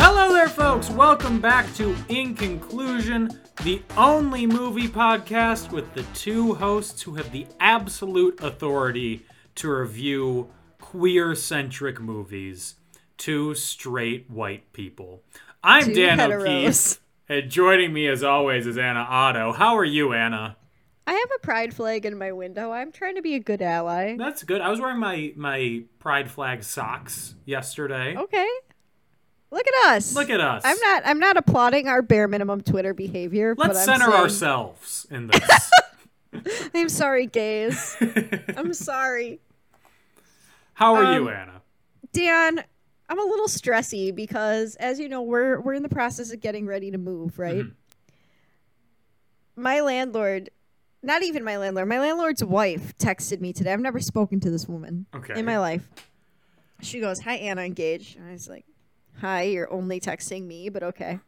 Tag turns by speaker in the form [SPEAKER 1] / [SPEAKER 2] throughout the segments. [SPEAKER 1] Hello there, folks. Welcome back to In Conclusion, the only movie podcast with the two hosts who have the absolute authority to review queer centric movies. Two straight white people. I'm
[SPEAKER 2] Two
[SPEAKER 1] Dan
[SPEAKER 2] heteros.
[SPEAKER 1] O'Keefe, and joining me as always is Anna Otto. How are you, Anna?
[SPEAKER 2] I have a pride flag in my window. I'm trying to be a good ally.
[SPEAKER 1] That's good. I was wearing my my pride flag socks yesterday.
[SPEAKER 2] Okay. Look at us.
[SPEAKER 1] Look at us.
[SPEAKER 2] Oh, I'm not I'm not applauding our bare minimum Twitter behavior. but
[SPEAKER 1] Let's
[SPEAKER 2] I'm
[SPEAKER 1] center
[SPEAKER 2] saying-
[SPEAKER 1] ourselves in this.
[SPEAKER 2] I'm sorry, gays. I'm sorry.
[SPEAKER 1] How are
[SPEAKER 2] Um,
[SPEAKER 1] you, Anna?
[SPEAKER 2] Dan, I'm a little stressy because as you know, we're we're in the process of getting ready to move, right? My landlord not even my landlord, my landlord's wife texted me today. I've never spoken to this woman
[SPEAKER 1] Okay.
[SPEAKER 2] in my life. She goes, Hi Anna engaged. And I was like, Hi, you're only texting me, but okay.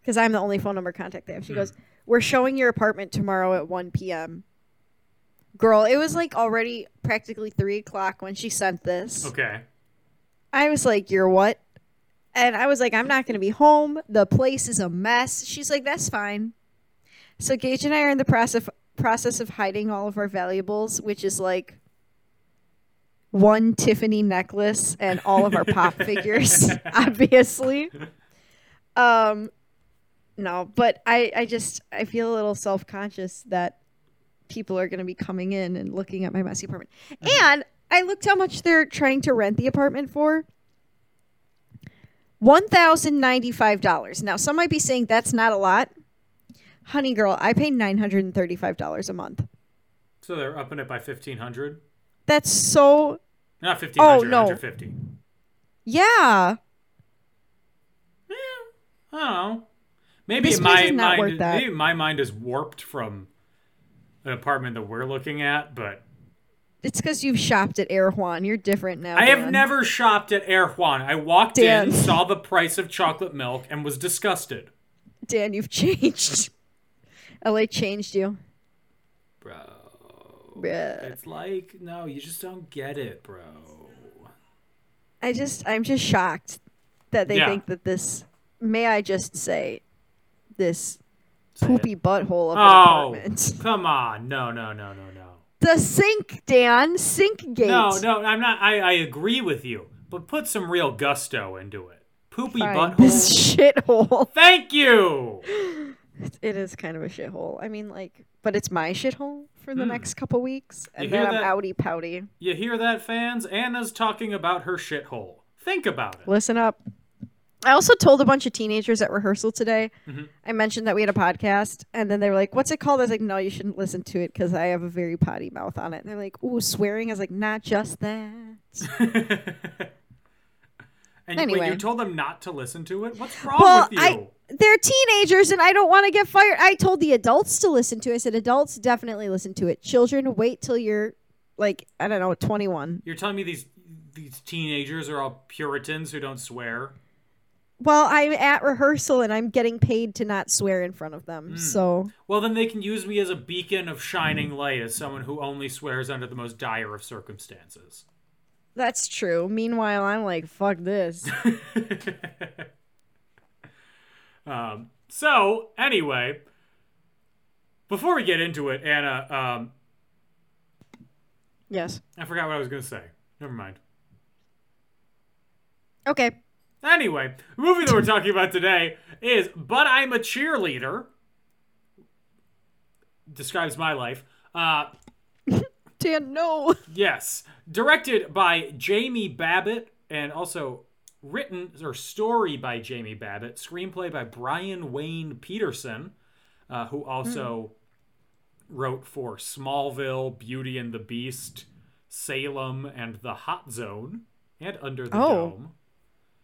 [SPEAKER 2] Because I'm the only phone number contact they have. She goes, We're showing your apartment tomorrow at one PM. Girl, it was like already practically three o'clock when she sent this.
[SPEAKER 1] Okay.
[SPEAKER 2] I was like, "You're what?" And I was like, "I'm not going to be home. The place is a mess." She's like, "That's fine." So Gage and I are in the process process of hiding all of our valuables, which is like one Tiffany necklace and all of our pop figures, obviously. Um no, but I I just I feel a little self-conscious that people are going to be coming in and looking at my messy apartment.
[SPEAKER 1] Mm-hmm.
[SPEAKER 2] And I looked how much they're trying to rent the apartment for. $1,095. Now, some might be saying that's not a lot. Honey girl, I pay $935 a month.
[SPEAKER 1] So they're upping it by fifteen hundred.
[SPEAKER 2] That's so
[SPEAKER 1] Not fifteen hundred.
[SPEAKER 2] Oh, no.
[SPEAKER 1] 150.
[SPEAKER 2] yeah.
[SPEAKER 1] I don't know. Maybe
[SPEAKER 2] This place
[SPEAKER 1] my
[SPEAKER 2] is
[SPEAKER 1] mind.
[SPEAKER 2] not worth that.
[SPEAKER 1] Maybe my mind is warped from an apartment that we're looking at, but
[SPEAKER 2] It's because you've shopped at Air Juan. You're different now.
[SPEAKER 1] I have
[SPEAKER 2] Oh, Dan.
[SPEAKER 1] never shopped at Air Juan. I walked in,
[SPEAKER 2] Dan.
[SPEAKER 1] saw the price of chocolate milk, and was disgusted.
[SPEAKER 2] Dan, you've changed. LA changed you.
[SPEAKER 1] Bro,
[SPEAKER 2] Bruh.
[SPEAKER 1] it's like no, you just don't get it, bro.
[SPEAKER 2] I just I'm just shocked that they
[SPEAKER 1] Yeah.
[SPEAKER 2] think that this may I just say this poopy butthole of an
[SPEAKER 1] Oh,
[SPEAKER 2] apartment.
[SPEAKER 1] come on! No, no, no, no, no.
[SPEAKER 2] The sink, Dan, sink gate.
[SPEAKER 1] No, no, I'm not. I, I agree with you, but put some real gusto into it. Poopy
[SPEAKER 2] Fine. This
[SPEAKER 1] butthole.
[SPEAKER 2] shithole.
[SPEAKER 1] Thank you.
[SPEAKER 2] It is kind of a shithole. I mean like but it's my shithole for the next couple weeks. And
[SPEAKER 1] Hmm. You
[SPEAKER 2] then
[SPEAKER 1] hear
[SPEAKER 2] I'm
[SPEAKER 1] that?
[SPEAKER 2] outy pouty.
[SPEAKER 1] You hear that, fans? Anna's talking about her shithole. Think about it.
[SPEAKER 2] Listen up. I also told a bunch of teenagers at rehearsal today.
[SPEAKER 1] Mm-hmm.
[SPEAKER 2] I mentioned that we had a podcast, and then they were like, "What's it called?" I was like, "No, you shouldn't listen to it because I have a very potty mouth on it." And they're like, "Ooh, swearing." I was like, "Not just that."
[SPEAKER 1] And
[SPEAKER 2] Anyway.
[SPEAKER 1] wait, you told them not to listen to it? What's wrong
[SPEAKER 2] well,
[SPEAKER 1] with you?
[SPEAKER 2] I they're teenagers, and I don't want to get fired. I told the adults to listen to it. I said, "Adults definitely listen to it. Children, wait till you're like I don't know, 21."
[SPEAKER 1] You're telling me these these teenagers are all Puritans who don't swear?
[SPEAKER 2] Well, I'm at rehearsal, and I'm getting paid to not swear in front of
[SPEAKER 1] Hmm.
[SPEAKER 2] them, so.
[SPEAKER 1] Well, then they can use me as a beacon of shining light as someone who only swears under the most dire of circumstances.
[SPEAKER 2] That's true. Meanwhile, I'm like, fuck this.
[SPEAKER 1] um, so anyway, before we get into it, Anna, um,
[SPEAKER 2] yes.
[SPEAKER 1] I forgot what I was going to say. Never mind.
[SPEAKER 2] Okay.
[SPEAKER 1] Anyway, the movie that we're talking about today is But I'm a Cheerleader. Describes my life. Uh,
[SPEAKER 2] Dan, no.
[SPEAKER 1] yes. Directed by Jamie Babbitt and also written or story by Jamie Babbitt. Screenplay by Brian Wayne Peterson, uh, who also wrote for Smallville, Beauty and the Beast, Salem, and The Hot Zone, and Under the
[SPEAKER 2] Oh.
[SPEAKER 1] Dome.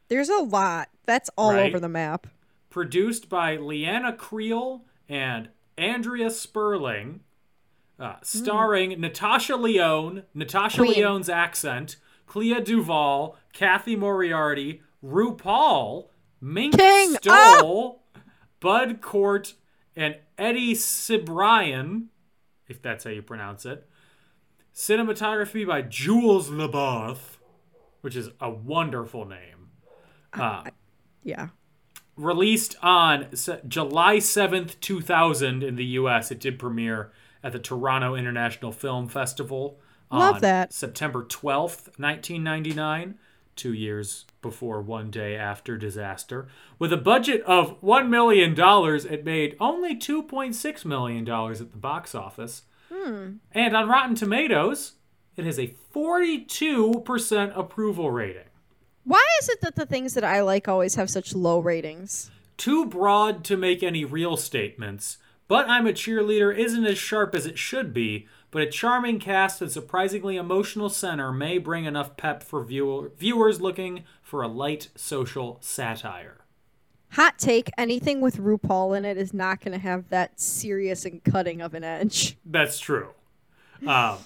[SPEAKER 2] There's a lot. That's all
[SPEAKER 1] Right.
[SPEAKER 2] over the map.
[SPEAKER 1] produced by Leanna Creel and Andrea Sperling, uh, starring Natasha Leone, Natasha
[SPEAKER 3] Queen.
[SPEAKER 1] Leone's accent, Clea Duvall, Kathy Moriarty, RuPaul, Mink
[SPEAKER 2] King,
[SPEAKER 1] Stoll, Bud Cort, and Eddie Cibrian, if that's how you pronounce it. Cinematography by Jules Labarth, which is a wonderful name. Uh,
[SPEAKER 2] Yeah.
[SPEAKER 1] Released on se- July 7th, 2000 in the US. It did premiere at the Toronto International Film Festival on
[SPEAKER 2] Love that.
[SPEAKER 1] September 12th, 1999, 2 years before one day after disaster. With a budget of 1 million dollars, it made only 2.6 million dollars at the box office.
[SPEAKER 2] Hmm.
[SPEAKER 1] And on Rotten Tomatoes, it has a 42% approval rating.
[SPEAKER 2] Why is it that the things that I like always have such low ratings?
[SPEAKER 1] Too broad to make any real statements, but I'm a cheerleader isn't as sharp as it should be, but a charming cast and surprisingly emotional center may bring enough pep for viewer, viewers looking for a light social satire.
[SPEAKER 2] Hot take: Anything with RuPaul in it is not going to have that serious and cutting of an edge.
[SPEAKER 1] That's true. Um,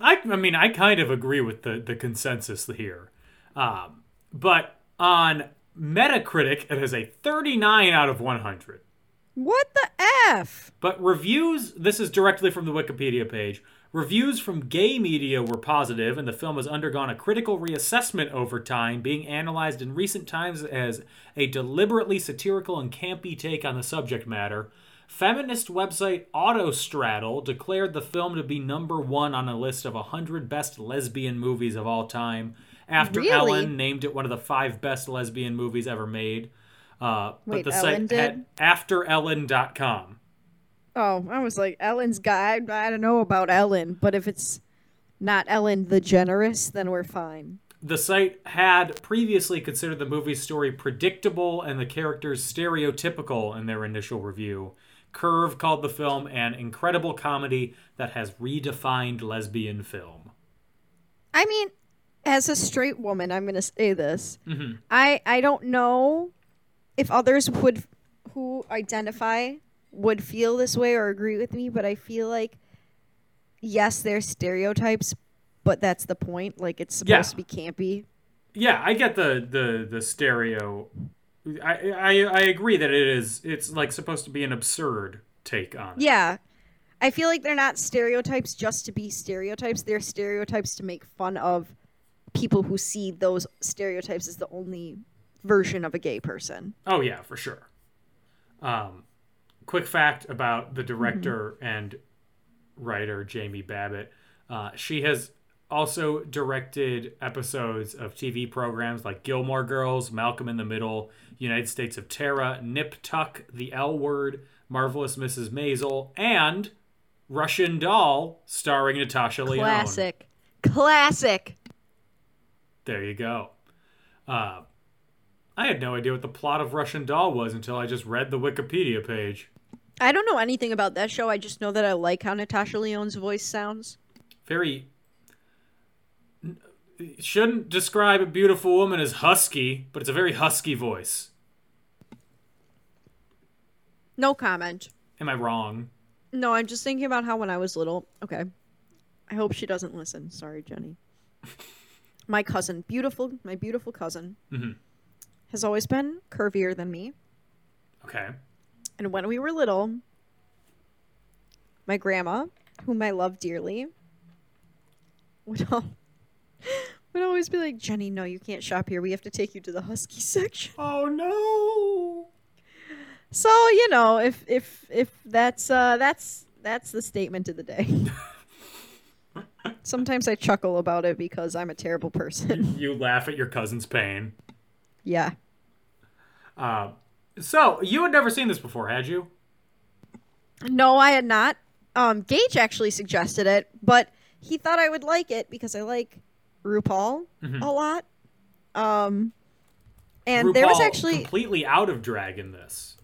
[SPEAKER 1] I, I mean, I kind of agree with the, the consensus here. Um, but on Metacritic, it has a 39 out of 100.
[SPEAKER 2] What the f?
[SPEAKER 1] But reviews, this is directly from the Wikipedia page. Reviews from gay media were positive, and the film has undergone a critical reassessment over time, being analyzed in recent times as a deliberately satirical and campy take on the subject matter. Feminist website Autostraddle declared the film to be number one on a list of 100 best lesbian movies of all time, after
[SPEAKER 2] Really?
[SPEAKER 1] Ellen named it one of the five best lesbian movies ever made. Uh,
[SPEAKER 2] Wait,
[SPEAKER 1] but the site
[SPEAKER 2] Ellen did?
[SPEAKER 1] had afterellen.com.
[SPEAKER 2] Oh, I was like, Ellen's guy. I don't know about Ellen, but if it's not Ellen the Generous, then we're fine.
[SPEAKER 1] The site had previously considered the movie's story predictable and the characters stereotypical in their initial review. Curve called the film an incredible comedy that has redefined lesbian film.
[SPEAKER 2] I mean, as a straight woman, I'm going to say this. I I don't know if others would who identify would feel this way or agree with me, but I feel like yes, there's stereotypes, but that's the point. Like it's supposed
[SPEAKER 1] Yeah.
[SPEAKER 2] to be campy.
[SPEAKER 1] Yeah, I get the the the stereo. I, I I agree that it is. It's like supposed to be an absurd take on. it.
[SPEAKER 2] Yeah. I feel like they're not stereotypes just to be stereotypes. They're stereotypes to make fun of people who see those stereotypes as the only version of a gay person.
[SPEAKER 1] Oh yeah, for sure. Um, quick fact about the director and writer Jamie Babbitt. Uh, she has also directed episodes of TV programs like Gilmore Girls, Malcolm in the Middle, United States of Terra, Nip Tuck, The L Word, Marvelous Mrs. Maisel, and Russian Doll, starring Natasha Lyonne.
[SPEAKER 2] Classic. Classic.
[SPEAKER 1] There you go. Uh, I had no idea what the plot of Russian Doll was until I just read the Wikipedia page.
[SPEAKER 2] I don't know anything about that show. I just know that I like how Natasha Leone's voice sounds.
[SPEAKER 1] very shouldn't describe a beautiful woman as husky, but it's a very husky voice.
[SPEAKER 2] No comment.
[SPEAKER 1] Am I wrong?
[SPEAKER 2] No, I'm just thinking about how when I was little. Okay. I hope she doesn't listen. Sorry, Jenny. My cousin, beautiful, my beautiful cousin, has always been curvier than me.
[SPEAKER 1] Okay.
[SPEAKER 2] And when we were little, my grandma, whom I love dearly, would, al- would always be like, Jenny, no, you can't shop here. We have to take you to the husky section.
[SPEAKER 1] Oh no.
[SPEAKER 2] So you know, if if if that's uh, that's that's the statement of the day. Sometimes I chuckle about it because I'm a terrible person.
[SPEAKER 1] You laugh at your cousin's pain.
[SPEAKER 2] yeah,
[SPEAKER 1] Uh, so you had never seen this before, had you?
[SPEAKER 2] no, I had not. Um, Gage actually suggested it, but he thought I would like it because I like RuPaul a lot. Um, and there was
[SPEAKER 1] RuPaul
[SPEAKER 2] actually
[SPEAKER 1] completely out of drag in this.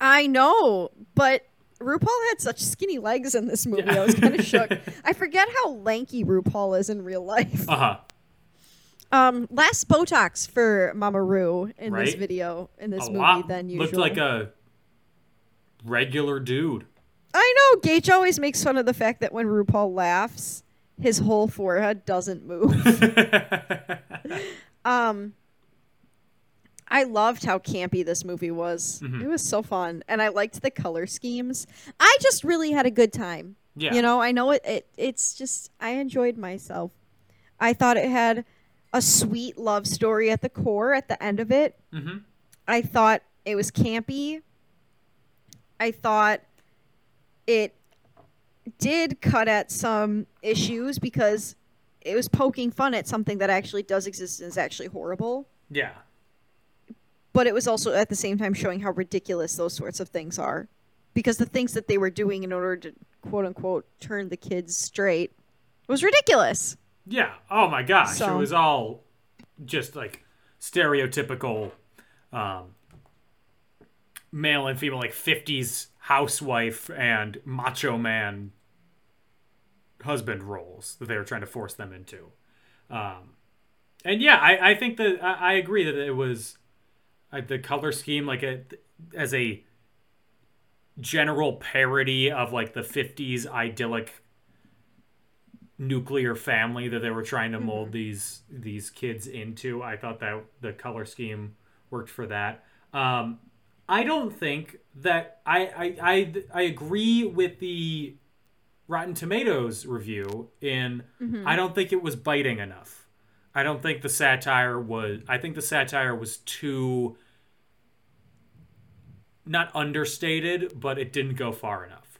[SPEAKER 2] I know, but RuPaul had such skinny legs in this movie.
[SPEAKER 1] Uh-huh.
[SPEAKER 2] I was kind of shook. I forget how lanky RuPaul is in real life.
[SPEAKER 1] Uh huh.
[SPEAKER 2] Um, less Botox for Mama Roo in this
[SPEAKER 1] Right?
[SPEAKER 2] video in this
[SPEAKER 1] a
[SPEAKER 2] movie
[SPEAKER 1] lot
[SPEAKER 2] than usual.
[SPEAKER 1] looked like a regular dude.
[SPEAKER 2] I know Gage always makes fun of the fact that when RuPaul laughs, his whole forehead doesn't move. um, I loved how campy this movie was. It was so fun, and I liked the color schemes. I just really had a good time.
[SPEAKER 1] Yeah.
[SPEAKER 2] You know, I know it, it. It's just I enjoyed myself. I thought it had a sweet love story at the core. At the end of it,
[SPEAKER 1] hmm
[SPEAKER 2] I thought it was campy. I thought it did cut at some issues because it was poking fun at something that actually does exist and is actually horrible.
[SPEAKER 1] Yeah.
[SPEAKER 2] But it was also at the same time showing how ridiculous those sorts of things are. Because the things that they were doing in order to quote unquote turn the kids straight was ridiculous.
[SPEAKER 1] Yeah. Oh my gosh.
[SPEAKER 2] So-
[SPEAKER 1] It was all just like stereotypical um, male and female, like 50s housewife and macho man husband roles that they were trying to force them into. Um, and yeah, I, I think that I, I agree that it was uh, the color scheme, like a, as a general parody of like the 50s idyllic nuclear family that they were trying to mold
[SPEAKER 2] Mm-hmm.
[SPEAKER 1] these these kids into. I thought that the color scheme worked for that. Um, I don't think that I I, I I agree with the Rotten Tomatoes review in
[SPEAKER 2] Mm-hmm.
[SPEAKER 1] I don't think it was biting enough. I don't think the satire was I think the satire was too not understated, but it didn't go far enough.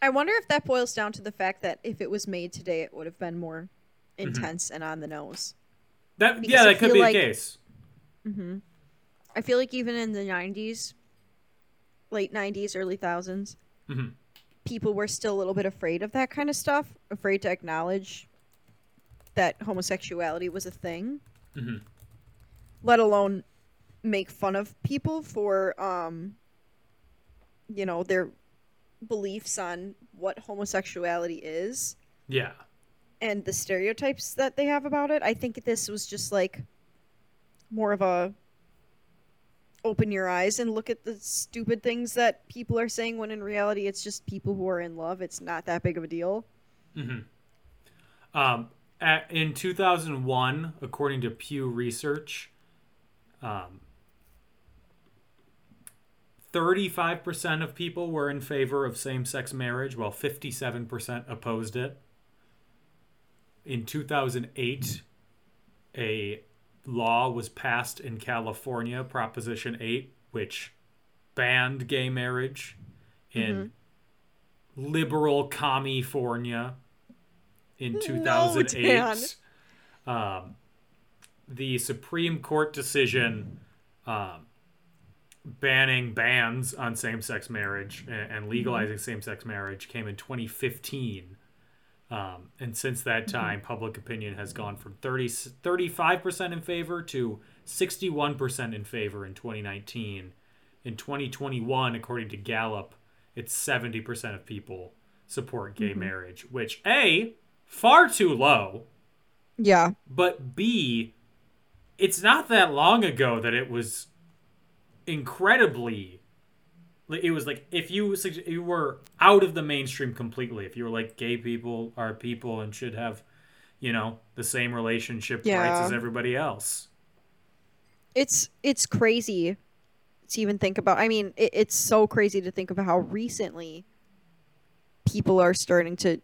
[SPEAKER 2] I wonder if that boils down to the fact that if it was made today, it would have been more intense and on the nose.
[SPEAKER 1] That
[SPEAKER 2] Because
[SPEAKER 1] yeah,
[SPEAKER 2] I
[SPEAKER 1] that could
[SPEAKER 2] feel
[SPEAKER 1] be
[SPEAKER 2] like-
[SPEAKER 1] the case.
[SPEAKER 2] I feel like even in the 90s, late 90s, early 1000s,
[SPEAKER 1] Mhm.
[SPEAKER 2] people were still a little bit afraid of that kind of stuff, afraid to acknowledge that homosexuality was a thing,
[SPEAKER 1] Mhm.
[SPEAKER 2] let alone make fun of people for, um, you know, their beliefs on what homosexuality is
[SPEAKER 1] Yeah.
[SPEAKER 2] and the stereotypes that they have about it. I think this was just like more of a open your eyes and look at the stupid things that people are saying when in reality it's just people who are in love. It's not that big of a deal.
[SPEAKER 1] Um, at, in 2001, according to Pew Research, um, 35% of people were in favor of same sex marriage, while 57% opposed it. In 2008, a law was passed in California, Proposition 8, which banned gay marriage in liberal California in 2008.
[SPEAKER 2] Dan.
[SPEAKER 1] um, the Supreme Court decision um, banning bans on same sex marriage a- and, legalizing same sex marriage came in 2015. Um, and since that time, public opinion has gone from 30, 35% in favor to 61% in favor in 2019. In 2021, according to Gallup, it's 70% of people support gay marriage, which A, far too low,
[SPEAKER 2] Yeah.
[SPEAKER 1] but B, it's not that long ago that it was incredibly. like, It was like if you sug- you were out of the mainstream completely. If you were like gay people are people and should have, you know, the same relationship rights
[SPEAKER 2] Yeah.
[SPEAKER 1] as everybody else.
[SPEAKER 2] It's it's crazy to even think about. I mean, it, it's so crazy to think about how recently people are starting to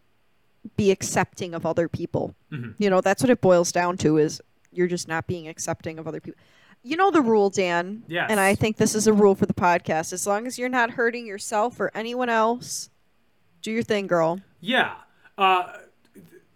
[SPEAKER 2] be accepting of other people.
[SPEAKER 1] Mhm.
[SPEAKER 2] You know, that's what it boils down to is you're just not being accepting of other people. You know the rule, Dan.
[SPEAKER 1] Yes.
[SPEAKER 2] And I think this is a rule for the podcast. As long as you're not hurting yourself or anyone else, do your thing, girl.
[SPEAKER 1] Yeah. Uh,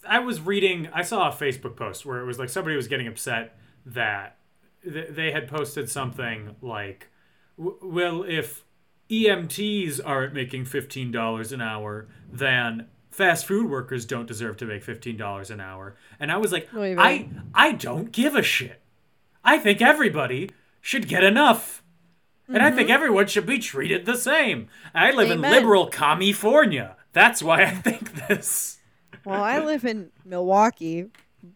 [SPEAKER 1] I was reading, I saw a Facebook post where it was like somebody was getting upset that th- they had posted something like, w- well, if EMTs aren't making $15 an hour, then fast food workers don't deserve to make $15 an hour. And I was like,
[SPEAKER 2] Oy vey.
[SPEAKER 1] I, I don't give a shit. I think everybody should get enough. And I think everyone should be treated the same. I live in
[SPEAKER 2] Mm-hmm. Amen.
[SPEAKER 1] liberal California. That's why I think this.
[SPEAKER 2] Well, I live in Milwaukee,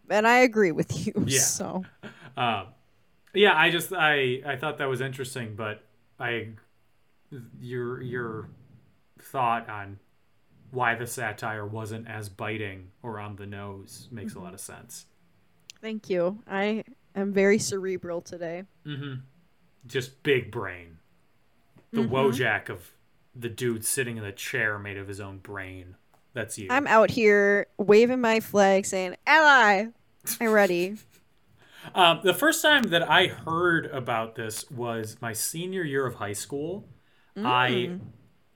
[SPEAKER 2] and I agree with you.
[SPEAKER 1] Yeah.
[SPEAKER 2] So
[SPEAKER 1] Yeah, I just I I thought that was interesting, but I your your thought on why the satire wasn't as biting or on the nose makes
[SPEAKER 2] Mm-hmm.
[SPEAKER 1] a lot of sense.
[SPEAKER 2] thank you. I am very cerebral today.
[SPEAKER 1] Just big brain. The
[SPEAKER 2] Mm-hmm.
[SPEAKER 1] Wojak of the dude sitting in the chair made of his own brain. That's you.
[SPEAKER 2] I'm out here waving my flag saying, Ally, I'm ready.
[SPEAKER 1] Um, the first time that I heard about this was my senior year of high school. I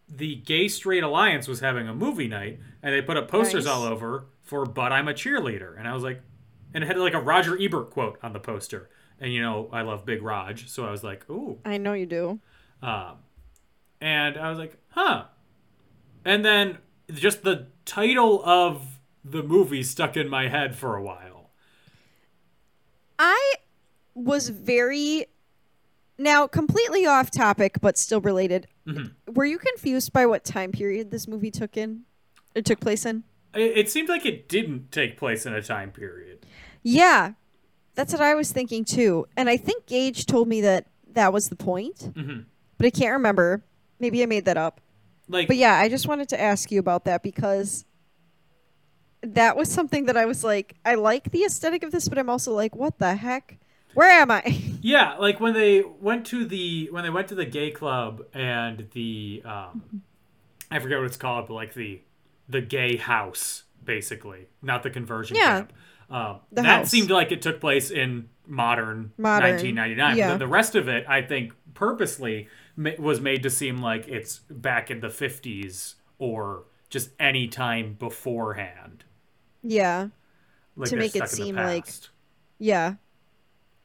[SPEAKER 1] the Gay Straight Alliance was having a movie night, and they put up posters
[SPEAKER 2] Nice.
[SPEAKER 1] all over for "But I'm a Cheerleader," and I was like, and it had like a Roger Ebert quote on the poster, and you know I love Big Raj, so I was like, ooh, Um,
[SPEAKER 2] I know you do.
[SPEAKER 1] and I was like, huh. And then just the title of the movie stuck in my head for a while.
[SPEAKER 2] I was very now completely off topic but still related. Were you confused by what time period this movie took in? It took place in?
[SPEAKER 1] It, it seemed like it didn't take place in a time period.
[SPEAKER 2] Yeah. That's what I was thinking too. And I think Gage told me that that was the point. But I can't remember. Maybe I made that up.
[SPEAKER 1] Like,
[SPEAKER 2] But yeah, I just wanted to ask you about that because that was something that I was like, I like the aesthetic of this, but I'm also like, what the heck? Where am I?
[SPEAKER 1] Yeah, like when they went to the when they went to the gay club and the um I forget what it's called, but like the the gay house basically, not the conversion
[SPEAKER 2] Yeah.
[SPEAKER 1] camp. Um,
[SPEAKER 2] The
[SPEAKER 1] that
[SPEAKER 2] house.
[SPEAKER 1] seemed like it took place in modern,
[SPEAKER 2] Modern,
[SPEAKER 1] 1999. But
[SPEAKER 2] yeah.
[SPEAKER 1] then the rest of it, I think, purposely ma- was made to seem like it's back in the 50s or just any time beforehand.
[SPEAKER 2] yeah.
[SPEAKER 1] Like
[SPEAKER 2] To
[SPEAKER 1] they're
[SPEAKER 2] make it
[SPEAKER 1] stuck in the
[SPEAKER 2] seem like-
[SPEAKER 1] past.
[SPEAKER 2] Yeah.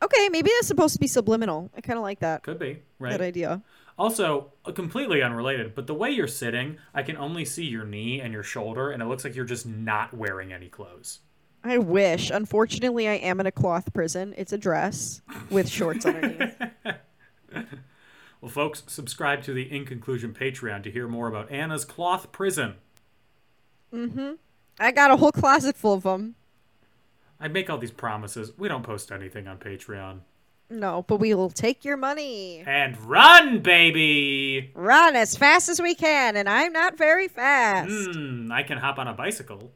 [SPEAKER 2] Okay, maybe that's supposed to be subliminal. I kind of like that.
[SPEAKER 1] could be right.
[SPEAKER 2] That idea.
[SPEAKER 1] Also, uh, completely unrelated, but the way you're sitting, I can only see your knee and your shoulder, and it looks like you're just not wearing any clothes.
[SPEAKER 2] I wish. Unfortunately, I am in a cloth prison. It's a dress with shorts underneath.
[SPEAKER 1] Well, folks, subscribe to the In Conclusion Patreon to hear more about Anna's cloth prison.
[SPEAKER 2] I got a whole closet full of them.
[SPEAKER 1] I make all these promises. We don't post anything on Patreon.
[SPEAKER 2] No, but we will take your money.
[SPEAKER 1] And run, baby!
[SPEAKER 2] Run as fast as we can, and I'm not very fast.
[SPEAKER 1] Hmm, I can hop on a bicycle.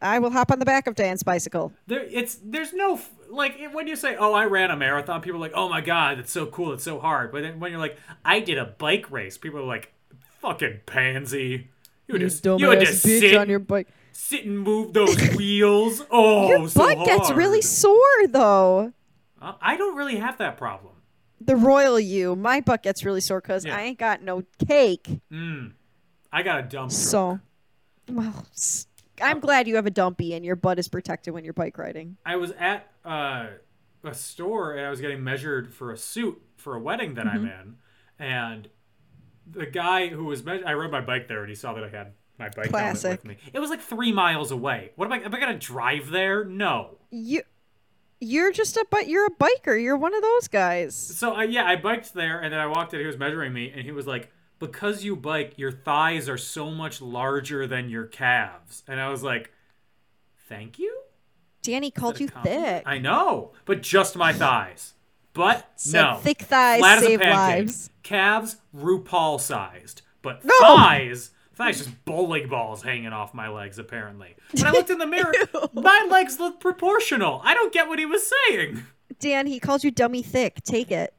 [SPEAKER 2] I will hop on the back of Dan's bicycle.
[SPEAKER 1] There, it's there's no f- like it- when you say, "Oh, I ran a marathon," people are like, "Oh my god, that's so cool, it's so hard." But then when you're like, "I did a bike race," people are like, "Fucking pansy, you, would just you would just sit,
[SPEAKER 2] bike.
[SPEAKER 1] sit and move those wheels." Oh,
[SPEAKER 2] Your
[SPEAKER 1] so
[SPEAKER 2] butt gets
[SPEAKER 1] hard.
[SPEAKER 2] really sore, though.
[SPEAKER 1] Uh, I don't really have that problem.
[SPEAKER 2] The royal you. My butt gets really sore because
[SPEAKER 1] Yeah. Mm.
[SPEAKER 2] I ain't got no cake.
[SPEAKER 1] I got a dump.
[SPEAKER 2] So, well, s- I'm glad you have a dumpy and your butt is protected when you're bike riding.
[SPEAKER 1] I was at uh, a store and I was getting measured for a suit for a wedding that I'm in, and the guy who was measured, I rode my bike there and he saw that I had my bike helmet with
[SPEAKER 2] Classic.
[SPEAKER 1] me. It was like three miles away. What am I? Am I gonna drive there? No.
[SPEAKER 2] You, you're just a but. You're a biker. You're one of those guys.
[SPEAKER 1] So I yeah, I biked there and then I walked in. He was measuring me and he was like, "Because you bike, your thighs are so much larger than your calves," and I was like, "Thank you."
[SPEAKER 2] Danny called you
[SPEAKER 1] compliment?
[SPEAKER 2] thick.
[SPEAKER 1] I know, but just my thighs. But
[SPEAKER 2] Said
[SPEAKER 1] no,
[SPEAKER 2] thick thighs
[SPEAKER 1] Flat as a
[SPEAKER 2] save
[SPEAKER 1] pancake.
[SPEAKER 2] lives.
[SPEAKER 1] Calves, RuPaul sized, but thighs, thighs just bowling balls hanging off my legs. Apparently, when I looked in the mirror, my legs looked proportional. I don't get what he was saying.
[SPEAKER 2] Dan, he called you dummy thick. Take it.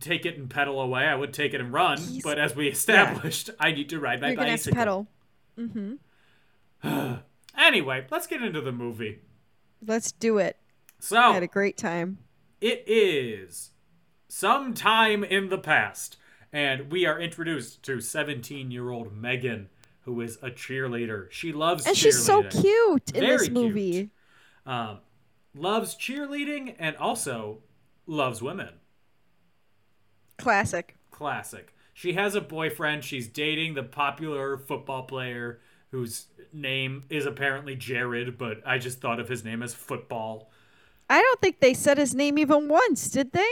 [SPEAKER 1] Take it and pedal away. I would take it and run, but as we established, I need to ride my
[SPEAKER 2] You're gonna have to
[SPEAKER 1] bicycle.
[SPEAKER 2] pedal.
[SPEAKER 1] Anyway, let's get into the movie.
[SPEAKER 2] Let's do it.
[SPEAKER 1] So
[SPEAKER 2] I had a great time.
[SPEAKER 1] It is sometime in the past, and we are introduced to 17 year old Megan, who is a cheerleader. She loves
[SPEAKER 2] And she's so
[SPEAKER 1] cheerleading.
[SPEAKER 2] cute in
[SPEAKER 1] Very
[SPEAKER 2] this
[SPEAKER 1] cute.
[SPEAKER 2] movie.
[SPEAKER 1] Um, loves cheerleading and also loves women.
[SPEAKER 2] Classic.
[SPEAKER 1] Classic. She has a boyfriend. She's dating the popular football player whose name is apparently Jared, but I just thought of his name as football.
[SPEAKER 2] I don't think they said his name even once, did they?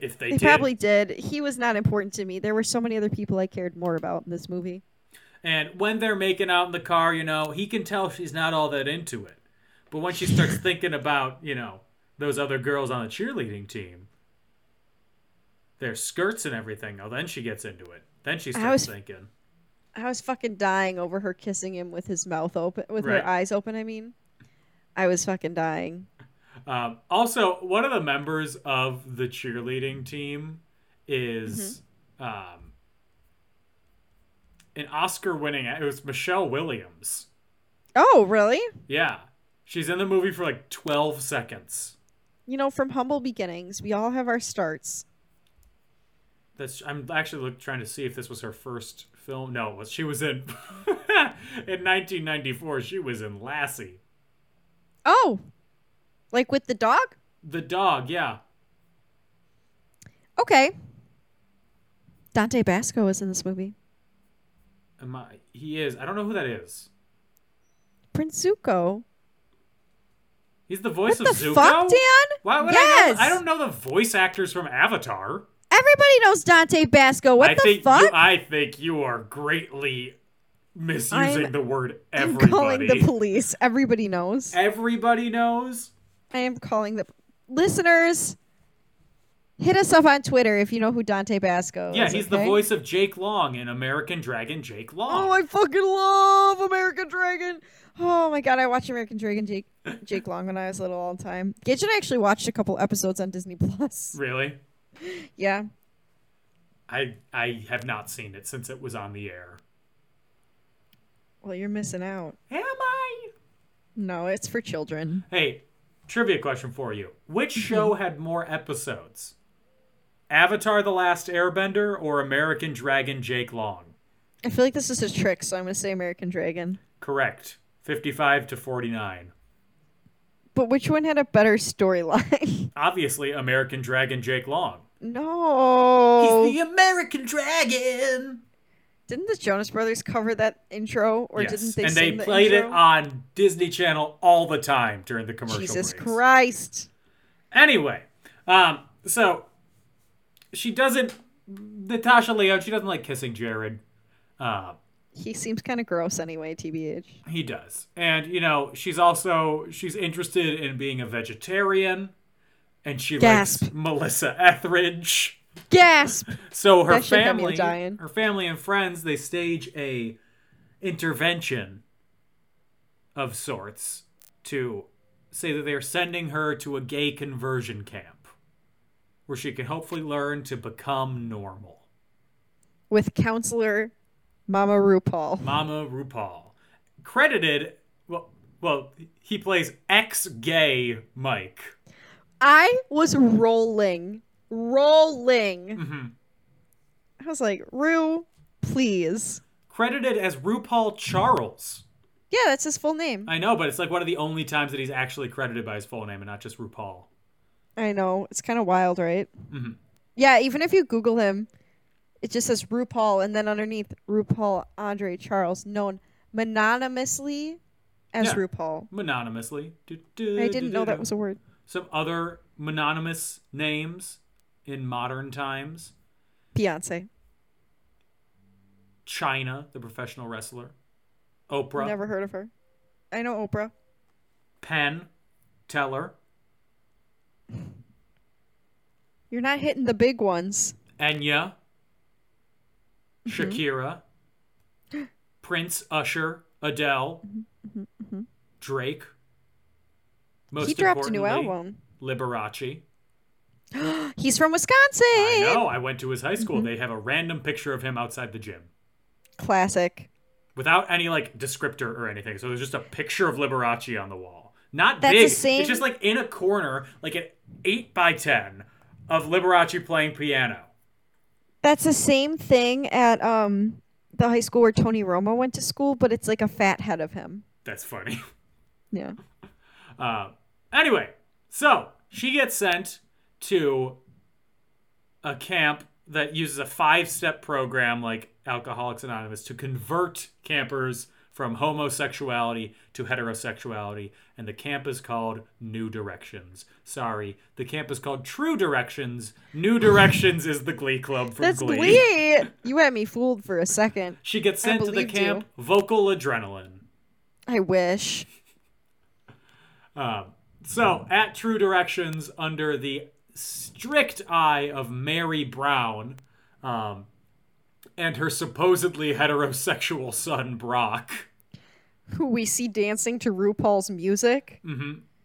[SPEAKER 1] If they,
[SPEAKER 2] They
[SPEAKER 1] did,
[SPEAKER 2] probably did. He was not important to me. There were so many other people I cared more about in this movie.
[SPEAKER 1] And when they're making out in the car, you know, he can tell she's not all that into it. But when she starts thinking about, you know, those other girls on the cheerleading team, their skirts and everything, oh, then she gets into it. Then she starts
[SPEAKER 2] was-
[SPEAKER 1] thinking.
[SPEAKER 2] I was fucking dying over her kissing him with his mouth open, with
[SPEAKER 1] Right.
[SPEAKER 2] her eyes open. I mean, I was fucking dying.
[SPEAKER 1] Um, also, one of the members of the cheerleading team is um, an Oscar-winning. It was Michelle Williams.
[SPEAKER 2] Oh, really?
[SPEAKER 1] Yeah, she's in the movie for like twelve seconds.
[SPEAKER 2] You know, from humble beginnings, we all have our starts.
[SPEAKER 1] That's. I'm actually look, trying to see if this was her first film. No, it was- she was in in 1994. She was in Lassie,
[SPEAKER 2] Oh, like with the dog?
[SPEAKER 1] the dog. Yeah,
[SPEAKER 2] Okay. Dante Basco was in this movie.
[SPEAKER 1] Am I, he is. I don't know who that is.
[SPEAKER 2] Prince Zuko.
[SPEAKER 1] He's the voice
[SPEAKER 2] What the
[SPEAKER 1] of Zuko.
[SPEAKER 2] fuck, Dan?
[SPEAKER 1] Why would
[SPEAKER 2] Yes.
[SPEAKER 1] I? Know, I don't know the voice actors from Avatar.
[SPEAKER 2] Everybody knows Dante Basco. What
[SPEAKER 1] I
[SPEAKER 2] the
[SPEAKER 1] think
[SPEAKER 2] fuck?
[SPEAKER 1] You, I think you are greatly misusing
[SPEAKER 2] I'm-
[SPEAKER 1] the word
[SPEAKER 2] I'm
[SPEAKER 1] everybody.
[SPEAKER 2] calling the police. Everybody knows.
[SPEAKER 1] everybody knows.
[SPEAKER 2] I am calling the listeners. Hit us up on Twitter if you know who Dante Basco
[SPEAKER 1] Yeah,
[SPEAKER 2] Oh, is.
[SPEAKER 1] he's the
[SPEAKER 2] okay?
[SPEAKER 1] voice of Jake Long in American Dragon. Jake Long.
[SPEAKER 2] Oh, I fucking love American Dragon. Oh my god, I watched American Dragon Jake Jake Long when I was little all the time. Gage and I actually watched a couple episodes on Disney Plus.
[SPEAKER 1] really?
[SPEAKER 2] Yeah.
[SPEAKER 1] I I have not seen it since it was on the air.
[SPEAKER 2] Well, you're missing out.
[SPEAKER 1] Am I?
[SPEAKER 2] No, it's for children.
[SPEAKER 1] Hey, trivia question for you. Which show had more episodes? Avatar The Last Airbender or American Dragon Jake Long?
[SPEAKER 2] I feel like this is a trick, so I'm gonna say American Dragon.
[SPEAKER 1] Correct. 55 to 49.
[SPEAKER 2] But which one had a better storyline?
[SPEAKER 1] Obviously, American Dragon Jake Long.
[SPEAKER 2] no.
[SPEAKER 1] He's the American Dragon!
[SPEAKER 2] Didn't the Jonas Brothers cover that intro, or didn't they?
[SPEAKER 1] and
[SPEAKER 2] sing
[SPEAKER 1] they
[SPEAKER 2] the
[SPEAKER 1] played it
[SPEAKER 2] intro?
[SPEAKER 1] on Disney Channel all the time during the commercial
[SPEAKER 2] Jesus
[SPEAKER 1] breaks.
[SPEAKER 2] Christ!
[SPEAKER 1] Anyway, um, so she doesn't. Natasha Leon, she doesn't like kissing Jared. Uh,
[SPEAKER 2] He seems kind of gross anyway, tbh.
[SPEAKER 1] He does. And you know, she's also she's interested in being a vegetarian and she likes
[SPEAKER 2] Gasp.
[SPEAKER 1] Melissa Etheridge.
[SPEAKER 2] Gasp!
[SPEAKER 1] So her
[SPEAKER 2] That shit got me
[SPEAKER 1] family
[SPEAKER 2] dying.
[SPEAKER 1] her family and friends they stage a intervention of sorts to say that they're sending her to a gay conversion camp where she can hopefully learn to become normal.
[SPEAKER 2] With counselor Mama RuPaul.
[SPEAKER 1] Mama RuPaul. Credited, well, well he plays ex gay Mike.
[SPEAKER 2] I was rolling, rolling.
[SPEAKER 1] Mm-hmm.
[SPEAKER 2] I was like, Ru, please.
[SPEAKER 1] Credited as RuPaul Charles.
[SPEAKER 2] Yeah, that's his full name.
[SPEAKER 1] I know, but it's like one of the only times that he's actually credited by his full name and not just RuPaul.
[SPEAKER 2] I know. It's kind of wild, right?
[SPEAKER 1] Mm-hmm.
[SPEAKER 2] Yeah, even if you Google him, it just says RuPaul, and then underneath RuPaul Andre Charles, known mononymously as
[SPEAKER 1] Yeah.
[SPEAKER 2] RuPaul.
[SPEAKER 1] Mononymously.
[SPEAKER 2] I didn't know that was a word.
[SPEAKER 1] Some other mononymous names in modern times
[SPEAKER 2] Beyonce.
[SPEAKER 1] China, the professional wrestler, Oprah,
[SPEAKER 2] Never heard of her. I know Oprah.
[SPEAKER 1] Penn, Teller,
[SPEAKER 2] You're not hitting the big ones.
[SPEAKER 1] Enya,
[SPEAKER 2] Mm-hmm.
[SPEAKER 1] Shakira, Prince, Usher, Adele, Drake. Most
[SPEAKER 2] Mm-hmm, he dropped a new
[SPEAKER 1] importantly,
[SPEAKER 2] album.
[SPEAKER 1] Liberace.
[SPEAKER 2] He's from
[SPEAKER 1] I
[SPEAKER 2] Wisconsin.
[SPEAKER 1] know. I went to his high
[SPEAKER 2] Mm-hmm.
[SPEAKER 1] school. They have a random picture of him outside the gym
[SPEAKER 2] Classic.
[SPEAKER 1] without any like descriptor or anything. So there's just a picture of Liberace on the wall. Not
[SPEAKER 2] That's the
[SPEAKER 1] big.
[SPEAKER 2] same-
[SPEAKER 1] It's just like in a corner, like an eight by ten of Liberace playing piano.
[SPEAKER 2] That's the same thing at um the high school where Tony Romo went to school, but it's like a fat head of him.
[SPEAKER 1] That's funny.
[SPEAKER 2] Yeah.
[SPEAKER 1] Uh, anyway, so she gets sent to a camp that uses a five step program like Alcoholics Anonymous to convert campers from homosexuality to heterosexuality. And the camp is called New Directions. Sorry, the camp is called True Directions. New Directions is the glee club from
[SPEAKER 2] That's Glee. You had me fooled for a second.
[SPEAKER 1] She gets
[SPEAKER 2] I
[SPEAKER 1] sent to the
[SPEAKER 2] believed you.
[SPEAKER 1] camp Vocal Adrenaline.
[SPEAKER 2] I wish.
[SPEAKER 1] Um, so at True Directions, under the strict eye of Mary Brown um, and her supposedly heterosexual son Brock,
[SPEAKER 2] Who we see dancing to RuPaul's music,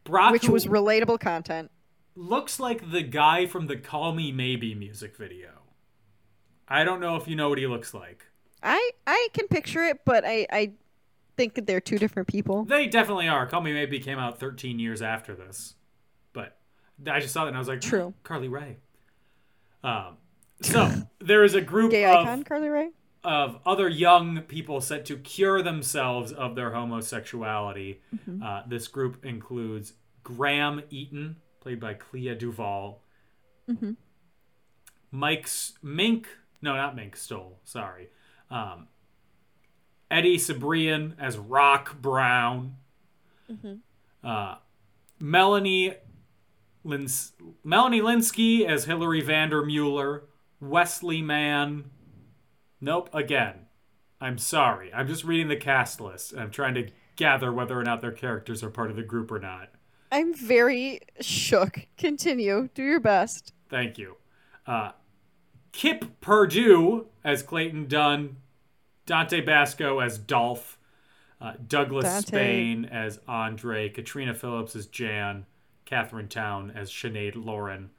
[SPEAKER 1] Brock
[SPEAKER 2] which
[SPEAKER 1] who
[SPEAKER 2] was relatable content.
[SPEAKER 1] looks like the guy from the Call Me Maybe music video. I don't know if you know what he looks like.
[SPEAKER 2] I I can picture it, but I I think that they're two different people.
[SPEAKER 1] They definitely are. Call Me Maybe came out 13 years after this, but I just saw that and I was like,
[SPEAKER 2] True.
[SPEAKER 1] Carly Rae. Um, so there is a group
[SPEAKER 2] Gay
[SPEAKER 1] of
[SPEAKER 2] icon Carly Rae.
[SPEAKER 1] of other young people set to cure themselves of their homosexuality. Uh, this group includes Graham Eaton, played by Clea Duvall, Mike S- Mink, no, not Mink Stoll, sorry, um, Eddie Sabrian as Rock Brown, uh, Melanie. Lins- Melanie Linsky as Hillary Vandermueller, Wesley Mann, Nope, again. I'm sorry. I'm just reading the cast list and I'm trying to gather whether or not their characters are part of the group or not.
[SPEAKER 2] I'm very shook. Continue. Do your best.
[SPEAKER 1] Thank you. Uh, Kip Perdue as Clayton Dunn, Dante Basco as Dolph, uh, Douglas
[SPEAKER 2] Dante.
[SPEAKER 1] Spain as Andre, Katrina Phillips as Jan, Catherine Town as Sinead Lauren,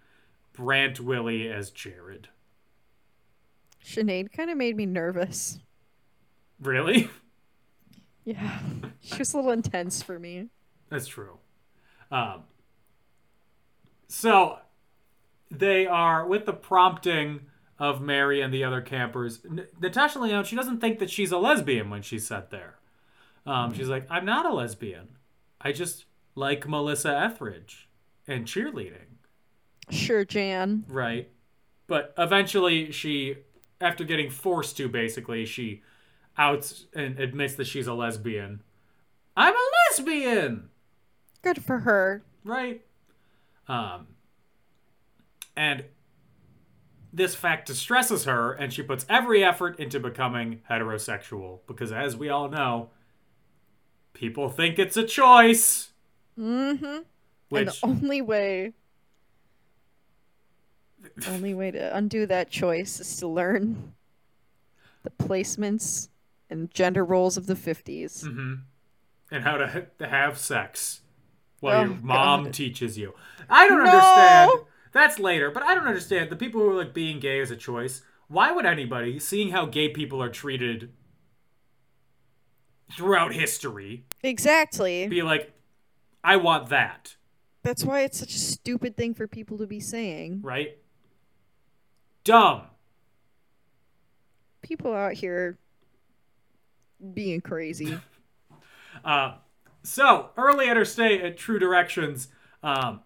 [SPEAKER 1] Brant Willie as Jared.
[SPEAKER 2] Sinead kind of made me nervous.
[SPEAKER 1] Really?
[SPEAKER 2] Yeah. She was a little intense for me.
[SPEAKER 1] That's true. Um, so they are with the prompting of Mary and the other campers. N- Natasha Leon, she doesn't think that she's a lesbian when she's sat there. Um, she's like, I'm not a lesbian. I just like Melissa Etheridge and cheerleading
[SPEAKER 2] Sure, Jan.
[SPEAKER 1] right? But eventually, she, after getting forced to, basically, she outs and admits that she's a lesbian. I'm a lesbian,
[SPEAKER 2] Good for her.
[SPEAKER 1] right? Um, and this fact distresses her, and she puts every effort into becoming heterosexual because, as we all know, people think it's a choice. Mm-hmm. Which
[SPEAKER 2] And the only way the only way to undo that choice is to learn the placements and gender roles of the 50s.
[SPEAKER 1] Mm-hmm. and how to, h- to have sex while
[SPEAKER 2] Oh,
[SPEAKER 1] your mom
[SPEAKER 2] God.
[SPEAKER 1] teaches you. I don't understand. That's later, but I don't understand the people who are like being gay as a choice. Why would anybody, seeing how gay people are treated throughout history,
[SPEAKER 2] Exactly.
[SPEAKER 1] be like, I want that,
[SPEAKER 2] That's why it's such a stupid thing for people to be saying.
[SPEAKER 1] right? Dumb.
[SPEAKER 2] People out here being crazy.
[SPEAKER 1] Uh, so early at her stay at True Directions, um,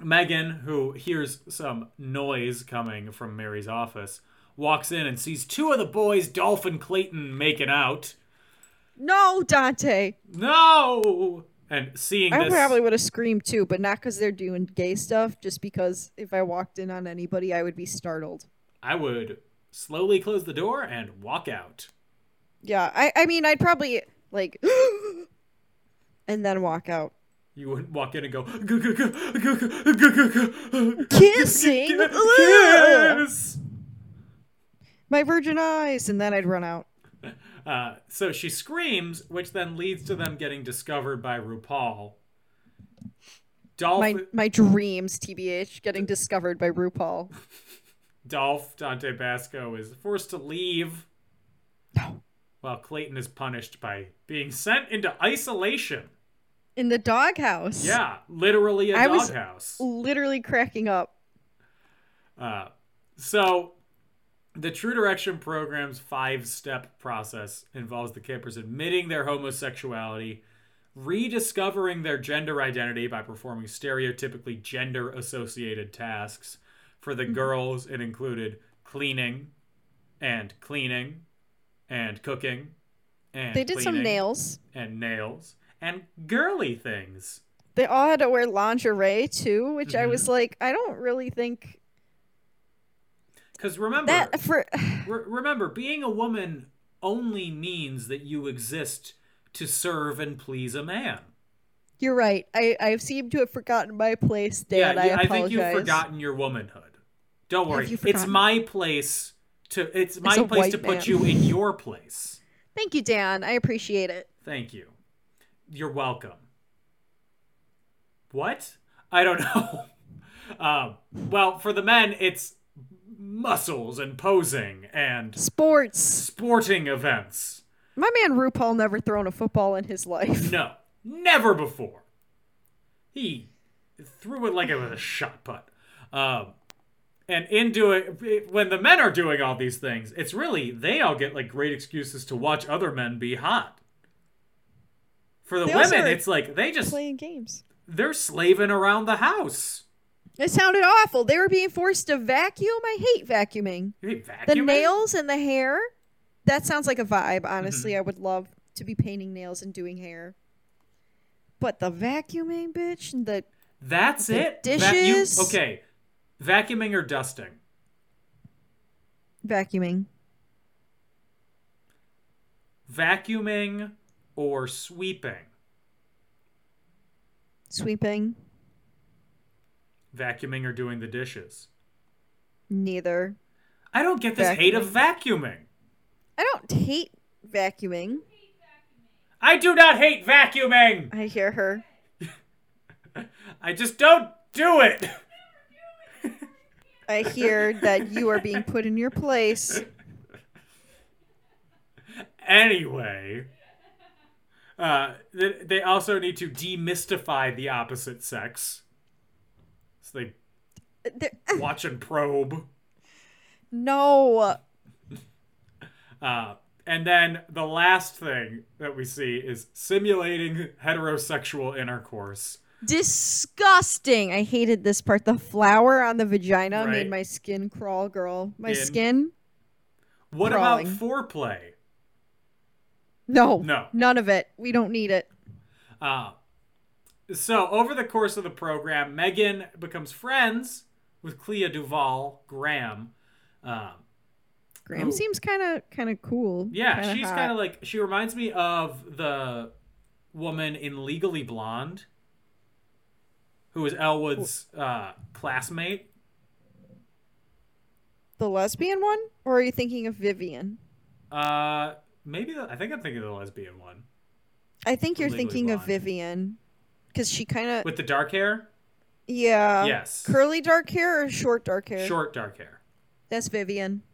[SPEAKER 1] Megan, who hears some noise coming from Mary's office, walks in and sees two of the boys, Dolph and Clayton, making out.
[SPEAKER 2] no, Dante.
[SPEAKER 1] No! And seeing
[SPEAKER 2] I
[SPEAKER 1] this,
[SPEAKER 2] probably would have screamed too, but not because they're doing gay stuff, just because if I walked in on anybody, I would be startled.
[SPEAKER 1] I would slowly close the door and walk out.
[SPEAKER 2] Yeah, I, I mean, I'd probably like, and then walk out.
[SPEAKER 1] You wouldn't walk in and go, "Gu- gu- gu- gu- gu- gu- gu- gu-
[SPEAKER 2] Kissing?
[SPEAKER 1] kiss.
[SPEAKER 2] My virgin eyes, and then I'd run out.
[SPEAKER 1] Uh, so she screams, which then leads to them getting discovered by RuPaul. Dolph,
[SPEAKER 2] My my dreams, tbh, getting discovered by RuPaul.
[SPEAKER 1] Dolph Dante Basco is forced to leave.
[SPEAKER 2] No.
[SPEAKER 1] While Clayton is punished by being sent into isolation.
[SPEAKER 2] In the doghouse.
[SPEAKER 1] Yeah, literally a
[SPEAKER 2] I was-
[SPEAKER 1] doghouse.
[SPEAKER 2] Literally cracking up.
[SPEAKER 1] Uh, so the True Direction program's five step process involves the campers admitting their homosexuality, rediscovering their gender identity by performing stereotypically gender associated tasks. For
[SPEAKER 2] Mm-hmm.
[SPEAKER 1] the girls, it included cleaning and cleaning and cooking and
[SPEAKER 2] They did some
[SPEAKER 1] cleaning
[SPEAKER 2] nails.
[SPEAKER 1] and nails and girly things.
[SPEAKER 2] They all had to wear lingerie too, which I
[SPEAKER 1] Mm-hmm.
[SPEAKER 2] was like, I don't really think
[SPEAKER 1] Because remember,
[SPEAKER 2] that for.
[SPEAKER 1] Re- remember, being a woman only means that you exist to serve and please a man.
[SPEAKER 2] You're right. I, I seem to have forgotten my place, Dan.
[SPEAKER 1] yeah,
[SPEAKER 2] I
[SPEAKER 1] yeah, I,
[SPEAKER 2] apologize.
[SPEAKER 1] think you've forgotten your womanhood. Don't worry.
[SPEAKER 2] you
[SPEAKER 1] It's
[SPEAKER 2] forgotten?
[SPEAKER 1] my place to it's my
[SPEAKER 2] a
[SPEAKER 1] place to
[SPEAKER 2] white
[SPEAKER 1] put
[SPEAKER 2] man.
[SPEAKER 1] you in your place.
[SPEAKER 2] Thank you, Dan. I appreciate it.
[SPEAKER 1] Thank you. You're welcome. What? I don't know. um, well, for the men, it's muscles and posing and
[SPEAKER 2] Sports.
[SPEAKER 1] sporting events.
[SPEAKER 2] My man RuPaul never thrown a football in his life.
[SPEAKER 1] No, never before. He threw it like it was a shot put. Um, and in doing, when the men are doing all these things, it's really they all get like great excuses to watch other men be hot. For the
[SPEAKER 2] They also
[SPEAKER 1] women,
[SPEAKER 2] are
[SPEAKER 1] it's like they just
[SPEAKER 2] Playing games.
[SPEAKER 1] they're slaving around the house.
[SPEAKER 2] It sounded awful. They were being forced to vacuum. I hate vacuuming.
[SPEAKER 1] They
[SPEAKER 2] The
[SPEAKER 1] vacuuming?
[SPEAKER 2] nails and the hair. That sounds like a vibe. Honestly, I would love to be painting nails and doing hair. But the vacuuming, bitch, and the
[SPEAKER 1] That's it. Vacu-
[SPEAKER 2] dishes?
[SPEAKER 1] okay, vacuuming or dusting.
[SPEAKER 2] vacuuming.
[SPEAKER 1] Vacuuming or sweeping.
[SPEAKER 2] Sweeping.
[SPEAKER 1] Vacuuming or doing the dishes.
[SPEAKER 2] Neither.
[SPEAKER 1] I don't get this hate of vacuuming.
[SPEAKER 2] I don't hate vacuuming.
[SPEAKER 1] I do not hate vacuuming.
[SPEAKER 2] I hear her.
[SPEAKER 1] I just don't do it.
[SPEAKER 2] I hear that you are being put in your place.
[SPEAKER 1] Anyway, uh, th- they also need to demystify the opposite sex. So they
[SPEAKER 2] There,
[SPEAKER 1] watch and probe.
[SPEAKER 2] no.
[SPEAKER 1] Uh, and then the last thing that we see is simulating heterosexual intercourse.
[SPEAKER 2] Disgusting. I hated this part. The flower on the vagina
[SPEAKER 1] Right.
[SPEAKER 2] made my skin crawl, girl. My
[SPEAKER 1] Skin.
[SPEAKER 2] skin?
[SPEAKER 1] What
[SPEAKER 2] Crawling.
[SPEAKER 1] about foreplay?
[SPEAKER 2] No.
[SPEAKER 1] No.
[SPEAKER 2] None of it. We don't need it.
[SPEAKER 1] Uh, so over the course of the program, Megan becomes friends with Clea Duval Graham. Um,
[SPEAKER 2] Graham
[SPEAKER 1] Ooh.
[SPEAKER 2] seems kind of kind of cool.
[SPEAKER 1] yeah,
[SPEAKER 2] kinda
[SPEAKER 1] she's
[SPEAKER 2] hot.
[SPEAKER 1] kind of like she reminds me of the woman in Legally Blonde, who was Elwood's uh, classmate.
[SPEAKER 2] the lesbian one, or are you thinking of Vivian?
[SPEAKER 1] Uh, maybe the, I think I'm thinking of the lesbian one
[SPEAKER 2] I think you're
[SPEAKER 1] Legally
[SPEAKER 2] thinking of
[SPEAKER 1] Blonde.
[SPEAKER 2] Vivian, because she kind of
[SPEAKER 1] with the dark hair,
[SPEAKER 2] yeah.
[SPEAKER 1] Yes.
[SPEAKER 2] Curly dark hair or short dark hair?
[SPEAKER 1] short dark hair.
[SPEAKER 2] That's Vivian.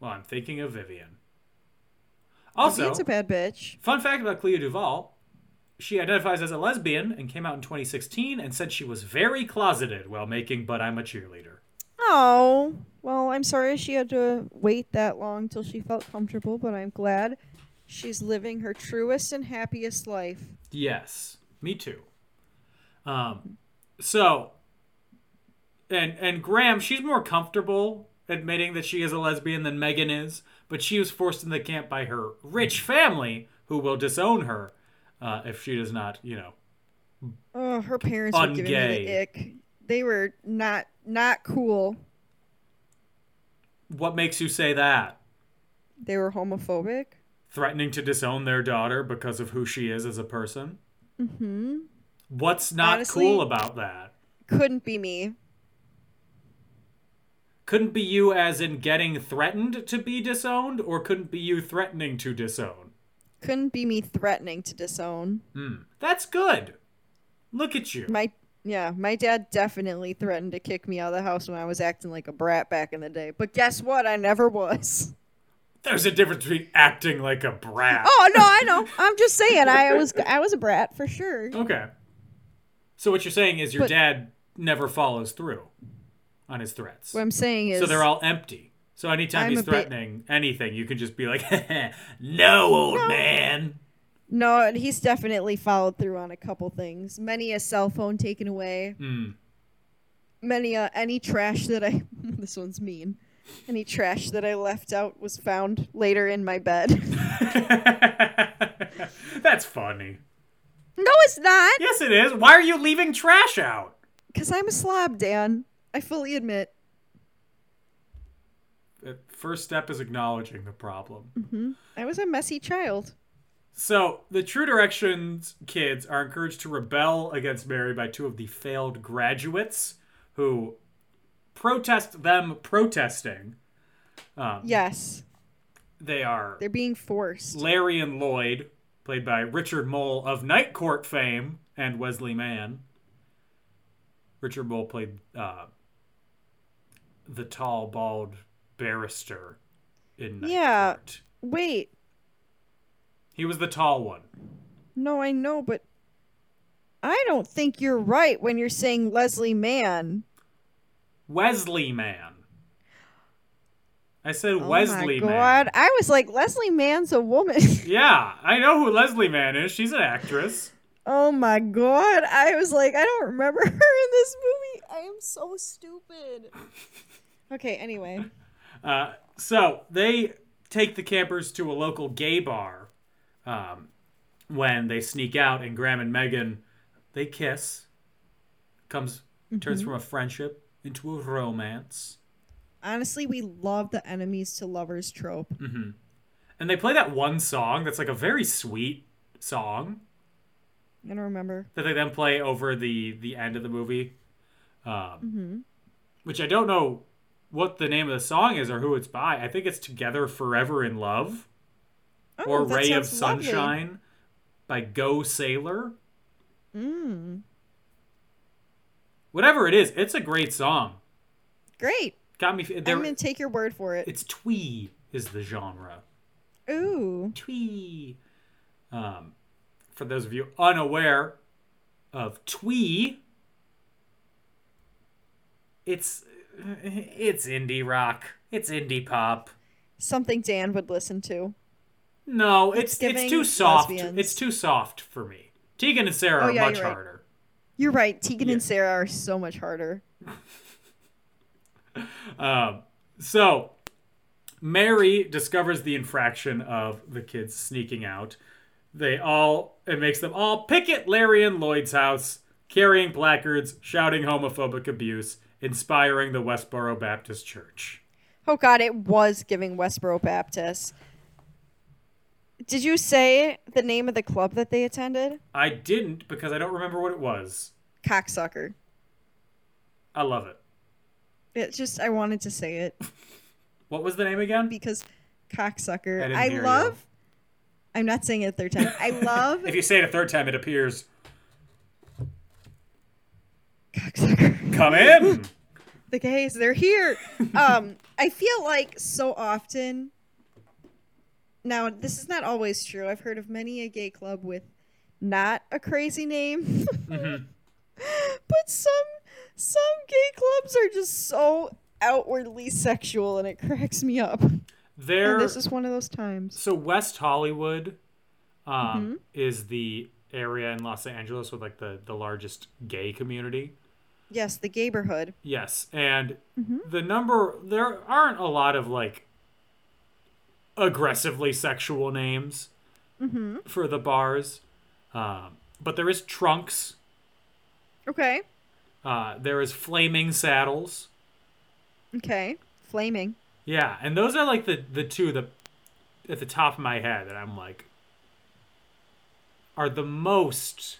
[SPEAKER 1] Well, I'm thinking of Vivian. Also,
[SPEAKER 2] Vivian's a bad bitch.
[SPEAKER 1] Fun fact about Clea Duvall she identifies as a lesbian and came out in 2016 and said she was very closeted while making But I'm a Cheerleader.
[SPEAKER 2] Oh, well, I'm sorry she had to wait that long till she felt comfortable, but I'm glad she's living her truest and happiest life.
[SPEAKER 1] Yes, me too. Um, so, and and Graham, she's more comfortable admitting that she is a lesbian than Megan is, but she was forced into the camp by her rich family, who will disown her uh, if she does not, you know,
[SPEAKER 2] Oh, her parents were giving me
[SPEAKER 1] Ungay.
[SPEAKER 2] the ick. They were not not cool.
[SPEAKER 1] what makes you say that?
[SPEAKER 2] They were homophobic.
[SPEAKER 1] threatening to disown their daughter because of who she is as a person. Mm-hmm. What's not
[SPEAKER 2] Honestly-
[SPEAKER 1] cool about that?
[SPEAKER 2] Couldn't be me.
[SPEAKER 1] Couldn't be you as in getting threatened to be disowned, or couldn't be you threatening to disown?
[SPEAKER 2] Couldn't be me threatening to disown.
[SPEAKER 1] That's good. Look at you.
[SPEAKER 2] My yeah, my dad definitely threatened to kick me out of the house when I was acting like a brat back in the day. But guess what? I never was.
[SPEAKER 1] There's a difference between acting like a brat.
[SPEAKER 2] Oh no, I know. I'm just saying I was I was a brat for sure.
[SPEAKER 1] Okay. So what you're saying is your
[SPEAKER 2] But-
[SPEAKER 1] dad never follows through on his threats.
[SPEAKER 2] What I'm saying is
[SPEAKER 1] So they're all empty. So anytime
[SPEAKER 2] I'm
[SPEAKER 1] he's
[SPEAKER 2] a bit-
[SPEAKER 1] threatening anything, you can just be like, "No, old man."
[SPEAKER 2] No, and he's definitely followed through on a couple things. Many a cell phone taken away.
[SPEAKER 1] Hmm.
[SPEAKER 2] Many a any trash that I this one's mean. Any trash that I left out was found later in my bed. no,
[SPEAKER 1] That's funny.
[SPEAKER 2] it's not.
[SPEAKER 1] Yes, it is. Why are you leaving trash out?
[SPEAKER 2] Cuz I'm a slob, Dan. I fully admit.
[SPEAKER 1] First step is acknowledging the problem.
[SPEAKER 2] I was a messy child.
[SPEAKER 1] So the True Directions kids are encouraged to rebel against Mary by two of the failed graduates who protest them protesting. Um,
[SPEAKER 2] Yes,
[SPEAKER 1] They are
[SPEAKER 2] they're being forced.
[SPEAKER 1] Larry and Lloyd, played by Richard Mole of Night Court fame and Wesley Mann. Richard Mole played uh, the tall, bald barrister in Night
[SPEAKER 2] Yeah.
[SPEAKER 1] Court.
[SPEAKER 2] Wait,
[SPEAKER 1] He was the tall one.
[SPEAKER 2] no, I know, but I don't think you're right when you're saying Leslie Mann.
[SPEAKER 1] Wesley Mann. I said
[SPEAKER 2] Oh
[SPEAKER 1] Wesley
[SPEAKER 2] my
[SPEAKER 1] Mann.
[SPEAKER 2] god, I was like Leslie Mann's a woman.
[SPEAKER 1] Yeah, I know who Leslie Mann is. She's an actress.
[SPEAKER 2] oh my god, I was like I don't remember her in this movie. I am so stupid. Okay, anyway,
[SPEAKER 1] Uh, so they take the campers to a local gay bar um, when they sneak out, and Graham and Megan they kiss. Comes turns from a friendship into a romance,
[SPEAKER 2] honestly, we love the enemies to lovers trope.
[SPEAKER 1] Mm. and they play that one song that's like a very sweet song
[SPEAKER 2] I don't remember.
[SPEAKER 1] that they then play over the the end of the movie, um, which I don't know what the name of the song is or who it's by. I think it's "Together Forever in Love."
[SPEAKER 2] Oh,
[SPEAKER 1] or
[SPEAKER 2] that
[SPEAKER 1] Ray of
[SPEAKER 2] sounds lovely.
[SPEAKER 1] Sunshine by Go Sailor.
[SPEAKER 2] Mm,
[SPEAKER 1] Whatever it is, it's a great song.
[SPEAKER 2] great.
[SPEAKER 1] Got me.
[SPEAKER 2] I'm
[SPEAKER 1] There,
[SPEAKER 2] gonna take your word for it.
[SPEAKER 1] it's twee is the genre.
[SPEAKER 2] Ooh,
[SPEAKER 1] Twee. Um, for those of you unaware of twee, it's it's indie rock. It's indie pop.
[SPEAKER 2] something Dan would listen to.
[SPEAKER 1] No, it's it's,
[SPEAKER 2] giving
[SPEAKER 1] too soft.
[SPEAKER 2] lesbians.
[SPEAKER 1] It's too soft for me. Tegan and Sarah
[SPEAKER 2] Oh,
[SPEAKER 1] are
[SPEAKER 2] yeah,
[SPEAKER 1] much
[SPEAKER 2] you're right.
[SPEAKER 1] harder.
[SPEAKER 2] You're right. Tegan and Sarah are so much harder.
[SPEAKER 1] Um, so Mary discovers the infraction of the kids sneaking out. They all it makes them all picket Larry and Lloyd's house, carrying placards, shouting homophobic abuse, inspiring the Westboro Baptist Church.
[SPEAKER 2] Oh God, it was giving Westboro Baptist. Did you say the name of the club that they attended?
[SPEAKER 1] I didn't because I don't remember what it was.
[SPEAKER 2] Cocksucker.
[SPEAKER 1] I love it.
[SPEAKER 2] It just I wanted to say it
[SPEAKER 1] What was the name again?
[SPEAKER 2] because
[SPEAKER 1] I
[SPEAKER 2] cocksucker.
[SPEAKER 1] didn't
[SPEAKER 2] I,
[SPEAKER 1] hear you.
[SPEAKER 2] love. I'm not saying it a third time. I love
[SPEAKER 1] If you say it a third time, it appears.
[SPEAKER 2] cocksucker.
[SPEAKER 1] Come in.
[SPEAKER 2] the gays they're here um i feel like so often now this is not always true i've heard of many a gay club with not a crazy name but some some gay clubs are just so outwardly sexual and it cracks me up
[SPEAKER 1] There.
[SPEAKER 2] and this is one of those times
[SPEAKER 1] So West Hollywood um, is the area in Los Angeles with like the the largest gay community.
[SPEAKER 2] yes the gayborhood
[SPEAKER 1] Yes, and the number there aren't a lot of like aggressively sexual names for the bars, um, but there is Trunks.
[SPEAKER 2] okay
[SPEAKER 1] Uh, there is Flaming Saddles.
[SPEAKER 2] okay flaming
[SPEAKER 1] Yeah, and those are like the the two that at the top of my head that I'm like are the most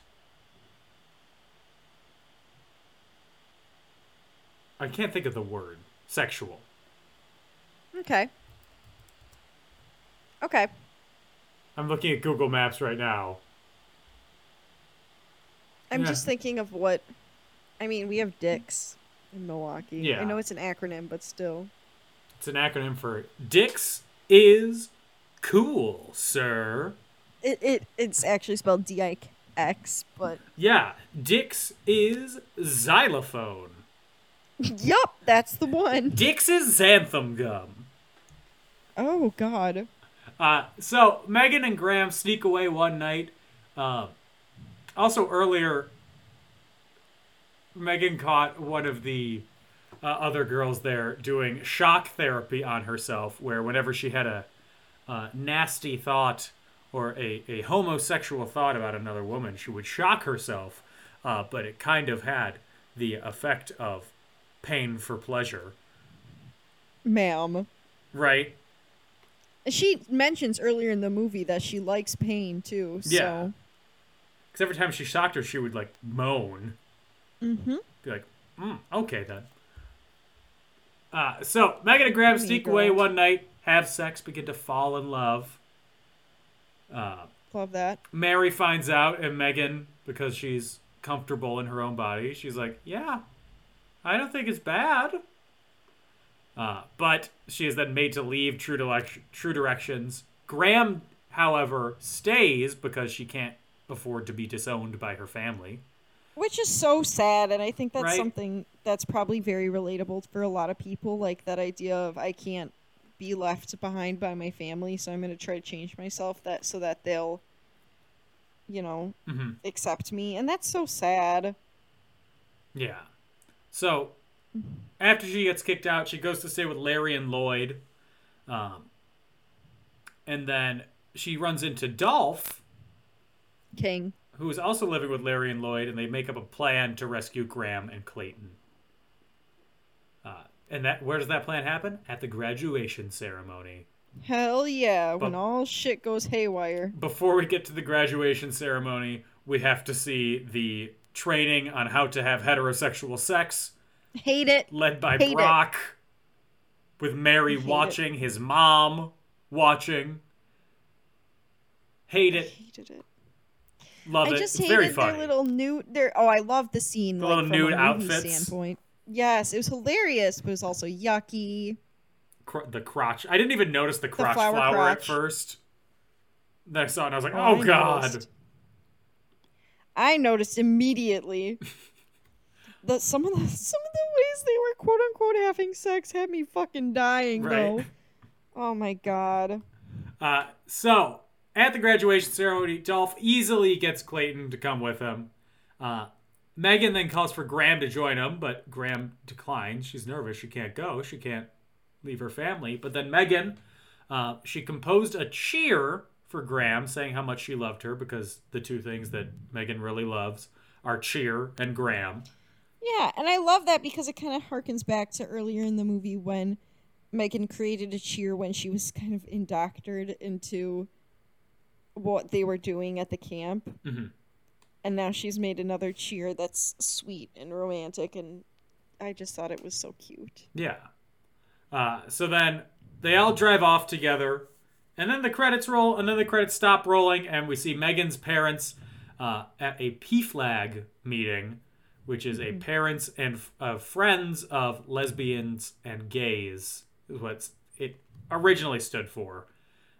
[SPEAKER 1] I can't think of the word sexual.
[SPEAKER 2] okay okay
[SPEAKER 1] I'm looking at Google Maps right now.
[SPEAKER 2] I'm
[SPEAKER 1] Yeah.
[SPEAKER 2] just thinking of what. I mean, we have dicks in Milwaukee.
[SPEAKER 1] Yeah.
[SPEAKER 2] I know it's an acronym, but still.
[SPEAKER 1] It's an acronym for Dix is cool, sir.
[SPEAKER 2] It, it It's actually spelled D I X, but.
[SPEAKER 1] Yeah, Dix is xylophone.
[SPEAKER 2] yup, that's the one.
[SPEAKER 1] Dix is xanthan gum.
[SPEAKER 2] Oh, God.
[SPEAKER 1] Uh, so Megan and Graham sneak away one night. Um, also earlier, Megan caught one of the uh, other girls there doing shock therapy on herself, where whenever she had a uh, nasty thought or a, a homosexual thought about another woman, she would shock herself. Uh, but it kind of had the effect of pain for pleasure,
[SPEAKER 2] Ma'am.
[SPEAKER 1] right?
[SPEAKER 2] She mentions earlier in the movie that she likes pain too. So
[SPEAKER 1] Yeah. Because every time she shocked her, she would like moan. Mm-hmm. Be like, mm, okay then. Uh, so Megan and Graham sneak away
[SPEAKER 2] God.
[SPEAKER 1] one night, have sex, begin to fall in love.
[SPEAKER 2] love that.
[SPEAKER 1] Mary finds out, and Megan, because she's comfortable in her own body, she's like, yeah, I don't think it's bad. Uh, but she is then made to leave True, Direc- True Directions. Graham, however, stays because she can't afford to be disowned by her family.
[SPEAKER 2] Which is so sad, and I think that's
[SPEAKER 1] Right.
[SPEAKER 2] something that's probably very relatable for a lot of people. Like that idea of I can't be left behind by my family, so I'm going to try to change myself that so that they'll, you know,
[SPEAKER 1] Mm-hmm.
[SPEAKER 2] accept me, and that's so sad.
[SPEAKER 1] Yeah. So after she gets kicked out, she goes to stay with Larry and Lloyd. Um, and then she runs into Dolph,
[SPEAKER 2] King,
[SPEAKER 1] who is also living with Larry and Lloyd, and they make up a plan to rescue Graham and Clayton. Uh, and that where does that plan happen? At the graduation ceremony.
[SPEAKER 2] hell yeah! When
[SPEAKER 1] But-
[SPEAKER 2] all shit goes haywire,
[SPEAKER 1] Before we get to the graduation ceremony, we have to see the training on how to have heterosexual sex.
[SPEAKER 2] hate it.
[SPEAKER 1] led by
[SPEAKER 2] Hate it.
[SPEAKER 1] Brock, with Mary
[SPEAKER 2] Hate it.
[SPEAKER 1] watching, his mom watching. Hate it,
[SPEAKER 2] Hated it.
[SPEAKER 1] love
[SPEAKER 2] I
[SPEAKER 1] it.
[SPEAKER 2] just
[SPEAKER 1] it's
[SPEAKER 2] hated
[SPEAKER 1] very
[SPEAKER 2] their
[SPEAKER 1] funny.
[SPEAKER 2] little nude. Their oh, I love the scene.
[SPEAKER 1] The
[SPEAKER 2] like,
[SPEAKER 1] little
[SPEAKER 2] from
[SPEAKER 1] nude
[SPEAKER 2] a movie
[SPEAKER 1] outfits.
[SPEAKER 2] Standpoint. Yes, it was hilarious, but it was also yucky.
[SPEAKER 1] Cro- the crotch. I didn't even notice the crotch
[SPEAKER 2] flower
[SPEAKER 1] flower at
[SPEAKER 2] crotch.
[SPEAKER 1] first. Then I saw it and I was like,
[SPEAKER 2] Oh,
[SPEAKER 1] oh,
[SPEAKER 2] I
[SPEAKER 1] god.
[SPEAKER 2] noticed. I noticed immediately that some of the some of the ways they were quote unquote having sex had me fucking dying
[SPEAKER 1] Right.
[SPEAKER 2] though. Oh my god.
[SPEAKER 1] Uh, so at the graduation ceremony, Dolph easily gets Clayton to come with him. Uh, Megan then calls for Graham to join him, but Graham declines. She's nervous. She can't go. She can't leave her family. But then Megan, uh, she composed a cheer for Graham, saying how much she loved her because the two things that Megan really loves are cheer and Graham.
[SPEAKER 2] Yeah, and I love that because it kind of harkens back to earlier in the movie when Megan created a cheer when she was kind of indoctored into what they were doing at the camp. And now she's made another cheer that's sweet and romantic, and I just thought it was so cute.
[SPEAKER 1] Yeah. Uh, so then they all drive off together, and then the credits roll, and then the credits stop rolling, and we see Megan's parents uh, at a PFLAG meeting, which is a parents and uh, friends of lesbians and gays, is what it originally stood for.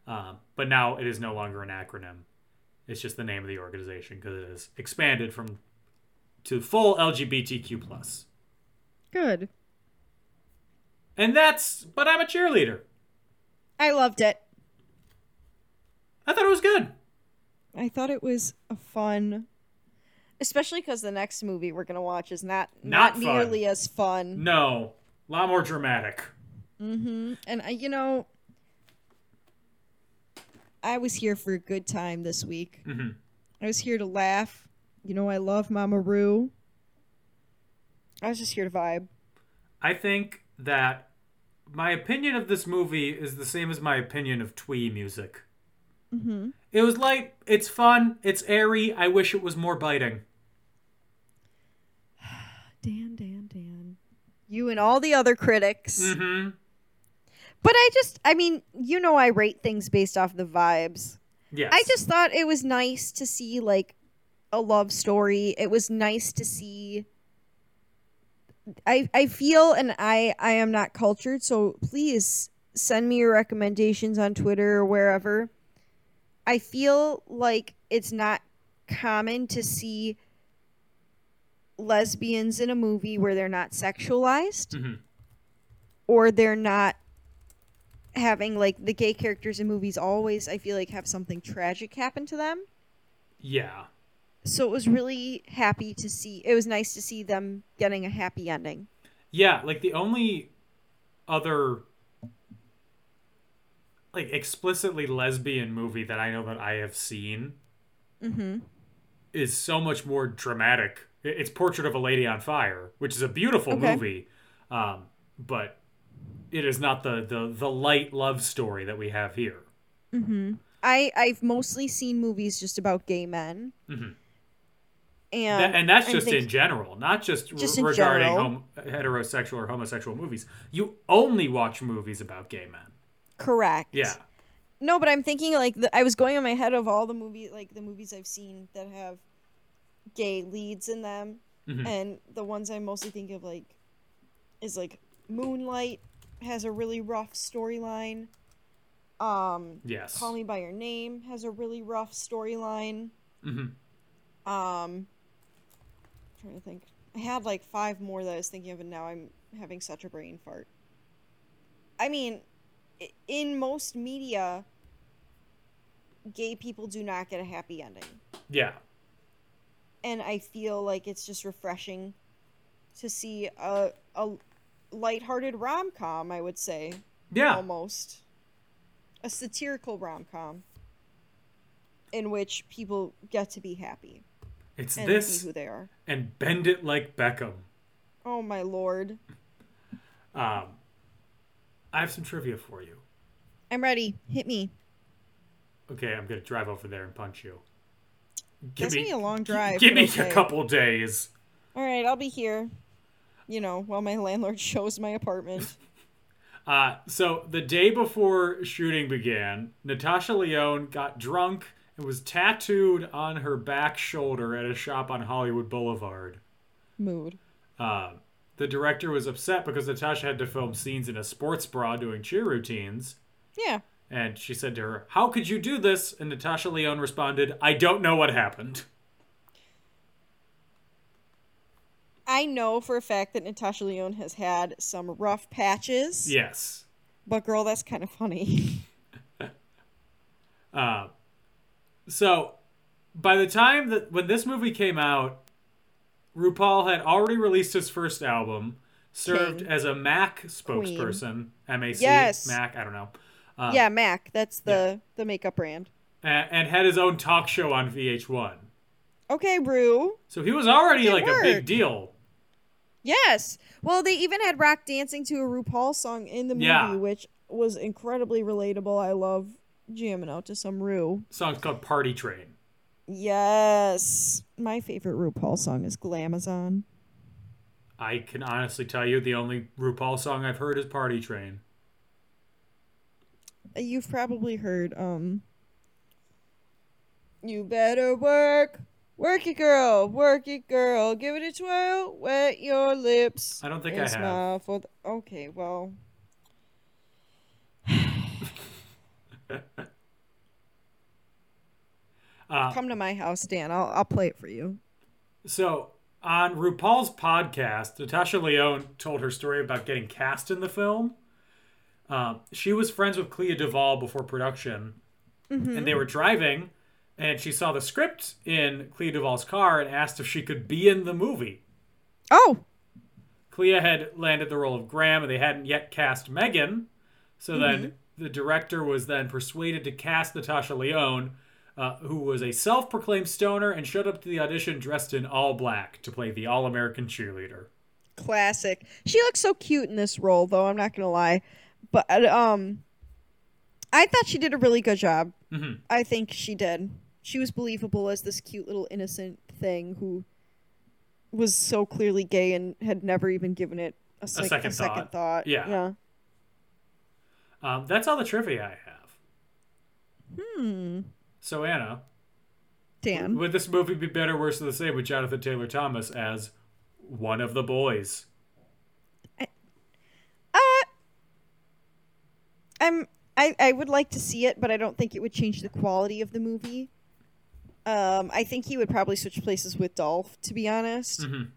[SPEAKER 1] Um, but now it is no longer an acronym. It's just the name of the organization because it is expanded from to full LGBTQ plus.
[SPEAKER 2] Good.
[SPEAKER 1] And that's, but I'm a cheerleader.
[SPEAKER 2] I loved it.
[SPEAKER 1] I thought it was good.
[SPEAKER 2] I thought it was a fun, especially because the next movie we're gonna watch is not
[SPEAKER 1] Not
[SPEAKER 2] not,
[SPEAKER 1] fun.
[SPEAKER 2] nearly as fun.
[SPEAKER 1] No, a lot more dramatic.
[SPEAKER 2] Mm-hmm. And I, you know, I was here for a good time this week. I was here to laugh. You know, I love Mama Rue. I was just here to vibe.
[SPEAKER 1] I think that my opinion of this movie is the same as my opinion of Twee music. Mm-hmm. It was light, it's fun, it's airy. I wish it was more biting.
[SPEAKER 2] Dan, Dan, Dan. You and all the other critics.
[SPEAKER 1] Mm-hmm.
[SPEAKER 2] But I just, I mean, you know, I rate things based off the vibes.
[SPEAKER 1] Yes.
[SPEAKER 2] I just thought it was nice to see like a love story. It was nice to see. I I feel and I I am not cultured, so please send me your recommendations on Twitter or wherever. I feel like it's not common to see lesbians in a movie where they're not sexualized
[SPEAKER 1] Mhm.
[SPEAKER 2] or they're not having like the gay characters in movies always I feel like have something tragic happen to them.
[SPEAKER 1] Yeah.
[SPEAKER 2] So it was really happy to see it was nice to see them getting a happy ending.
[SPEAKER 1] Yeah, like the only other like explicitly lesbian movie that I know that I have seen is so much more dramatic. I- It's Portrait of a Lady on Fire, which is a beautiful
[SPEAKER 2] Okay.
[SPEAKER 1] movie, um, but it is not the the the light love story that we have here.
[SPEAKER 2] I I've mostly seen movies just about gay men. And
[SPEAKER 1] Mm-hmm. That- and that's
[SPEAKER 2] I'm
[SPEAKER 1] just
[SPEAKER 2] thinking-
[SPEAKER 1] in general, not just, re-
[SPEAKER 2] Just in
[SPEAKER 1] regarding
[SPEAKER 2] general.
[SPEAKER 1] hom- heterosexual or homosexual movies. You only watch movies about gay men.
[SPEAKER 2] correct.
[SPEAKER 1] Yeah.
[SPEAKER 2] No, but I'm thinking like the, I was going in my head of all the movies, like the movies I've seen that have gay leads in them, and the ones I mostly think of like is like Moonlight has a really rough storyline. Um,
[SPEAKER 1] Yes.
[SPEAKER 2] Call Me by Your Name has a really rough storyline.
[SPEAKER 1] Mhm.
[SPEAKER 2] Um, trying to think, I had like five more that I was thinking of, and now I'm having such a brain fart. I mean, i- in most media, gay people do not get a happy ending,
[SPEAKER 1] Yeah.
[SPEAKER 2] and I feel like it's just refreshing to see a a lighthearted rom com. I would say
[SPEAKER 1] Yeah.
[SPEAKER 2] almost a satirical rom-com in which people get to be happy
[SPEAKER 1] It's
[SPEAKER 2] and be
[SPEAKER 1] this
[SPEAKER 2] who they are.
[SPEAKER 1] and bend it like Beckham.
[SPEAKER 2] Oh my lord.
[SPEAKER 1] Um, I have some trivia for you.
[SPEAKER 2] I'm ready. Hit me.
[SPEAKER 1] Okay, I'm gonna drive over there and punch you. Give
[SPEAKER 2] That's gonna be a long drive.
[SPEAKER 1] Give
[SPEAKER 2] but
[SPEAKER 1] me
[SPEAKER 2] okay.
[SPEAKER 1] a couple days.
[SPEAKER 2] All right, I'll be here. You know, while my landlord shows my apartment.
[SPEAKER 1] Uh, so the day before shooting began, Natasha Leone got drunk and was tattooed on her back shoulder at a shop on Hollywood Boulevard.
[SPEAKER 2] Mood.
[SPEAKER 1] Uh, the director was upset because Natasha had to film scenes in a sports bra doing cheer routines.
[SPEAKER 2] Yeah.
[SPEAKER 1] And she said to her, How could you do this? And Natasha Leone responded, I don't know what happened.
[SPEAKER 2] I know for a fact that Natasha Leone has had some rough patches.
[SPEAKER 1] Yes.
[SPEAKER 2] But girl, that's kind of funny.
[SPEAKER 1] Uh, so by the time that when this movie came out, RuPaul had already released his first album, served
[SPEAKER 2] King.
[SPEAKER 1] as a Mac spokesperson, MAC,
[SPEAKER 2] Yes.
[SPEAKER 1] Mac, I don't know,
[SPEAKER 2] yeah, Mac. That's the the makeup brand.
[SPEAKER 1] a- and had his own talk show on VH1.
[SPEAKER 2] Okay, Brew.
[SPEAKER 1] So he was already
[SPEAKER 2] It
[SPEAKER 1] like a
[SPEAKER 2] worked.
[SPEAKER 1] big deal.
[SPEAKER 2] Yes. Well, they even had rock dancing to a RuPaul song in the movie,
[SPEAKER 1] Yeah.
[SPEAKER 2] which was incredibly relatable. I love jamming out to some Ru.
[SPEAKER 1] song's called Party Train.
[SPEAKER 2] Yes. My favorite RuPaul song is Glamazon.
[SPEAKER 1] I can honestly tell you the only RuPaul song I've heard is Party Train.
[SPEAKER 2] Uh, You've probably heard um You better work. Work it girl, work it girl, give it a twirl, wet your lips.
[SPEAKER 1] I don't think
[SPEAKER 2] and
[SPEAKER 1] I have.
[SPEAKER 2] smile for the- Okay, well,
[SPEAKER 1] Uh,
[SPEAKER 2] come to my house, Dan. I'll I'll play it for you.
[SPEAKER 1] So on RuPaul's podcast, Natasha Leone told her story about getting cast in the film. Um, she was friends with Clea Duvall before production, and they were driving, and she saw the script in Clea Duvall's car and asked if she could be in the movie.
[SPEAKER 2] Oh,
[SPEAKER 1] Clea had landed the role of Graham, and they hadn't yet cast Megan. So then
[SPEAKER 2] Mm-hmm.
[SPEAKER 1] the director was then persuaded to cast Natasha Leone, uh, who was a self-proclaimed stoner and showed up to the audition dressed in all black to play the all-American cheerleader.
[SPEAKER 2] classic. She looks so cute in this role, though. I'm not gonna lie, but um, I thought she did a really good job.
[SPEAKER 1] Mhm.
[SPEAKER 2] I think she did. She was believable as this cute little innocent thing who was so clearly gay and had never even given it a, sec- a second,
[SPEAKER 1] second
[SPEAKER 2] thought.
[SPEAKER 1] thought. Yeah.
[SPEAKER 2] yeah.
[SPEAKER 1] Um, that's all the trivia I have.
[SPEAKER 2] Hmm.
[SPEAKER 1] So Anna,
[SPEAKER 2] Dan.
[SPEAKER 1] would this movie be better, worse, or the same with Jonathan Taylor Thomas as one of the boys?
[SPEAKER 2] Uh, I'm. I, I would like to see it, but I don't think it would change the quality of the movie. Um, I think he would probably switch places with Dolph, to be honest.
[SPEAKER 1] Mhm.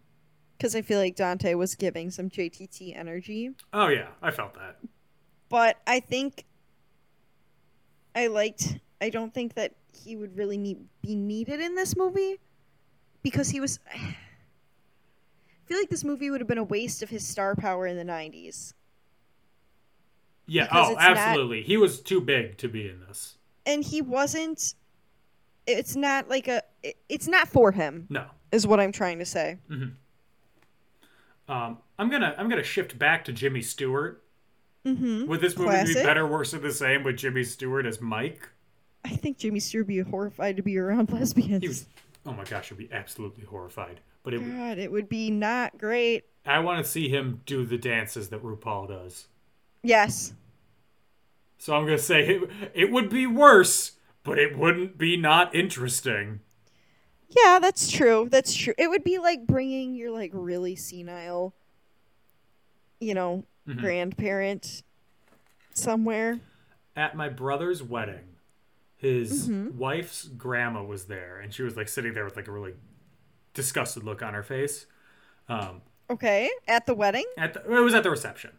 [SPEAKER 2] because I feel like Dante was giving some JTT energy.
[SPEAKER 1] Oh yeah, I felt that.
[SPEAKER 2] But I think I liked. I don't think that he would really need be needed in this movie because he was. I feel like this movie would have been a waste of his star power in the '90s,
[SPEAKER 1] Yeah.
[SPEAKER 2] Because
[SPEAKER 1] oh,
[SPEAKER 2] it's not-
[SPEAKER 1] absolutely. He was too big to be in this.
[SPEAKER 2] and he wasn't. It's not like a. it- It's not for him,
[SPEAKER 1] No.
[SPEAKER 2] is what I'm trying to say.
[SPEAKER 1] Um, I'm gonna I'm gonna shift back to Jimmy Stewart Would this movie be
[SPEAKER 2] Classic.
[SPEAKER 1] better, worse, or the same with Jimmy Stewart as Mike?
[SPEAKER 2] I think Jimmy Stewart would be horrified to be around lesbians.
[SPEAKER 1] He was, oh my gosh, I'd be absolutely horrified. But it,
[SPEAKER 2] God, it would be not great.
[SPEAKER 1] I want to see him do the dances that RuPaul does.
[SPEAKER 2] Yes.
[SPEAKER 1] So I'm gonna say it, it would be worse, but it wouldn't be not interesting.
[SPEAKER 2] Yeah, that's true. That's true. It would be like bringing your like really senile, you know, grandparent somewhere.
[SPEAKER 1] At my brother's wedding, his wife's grandma was there, and she was like sitting there with like a really disgusted look on her face. Um,
[SPEAKER 2] Okay, at the wedding.
[SPEAKER 1] at the, it was at the reception.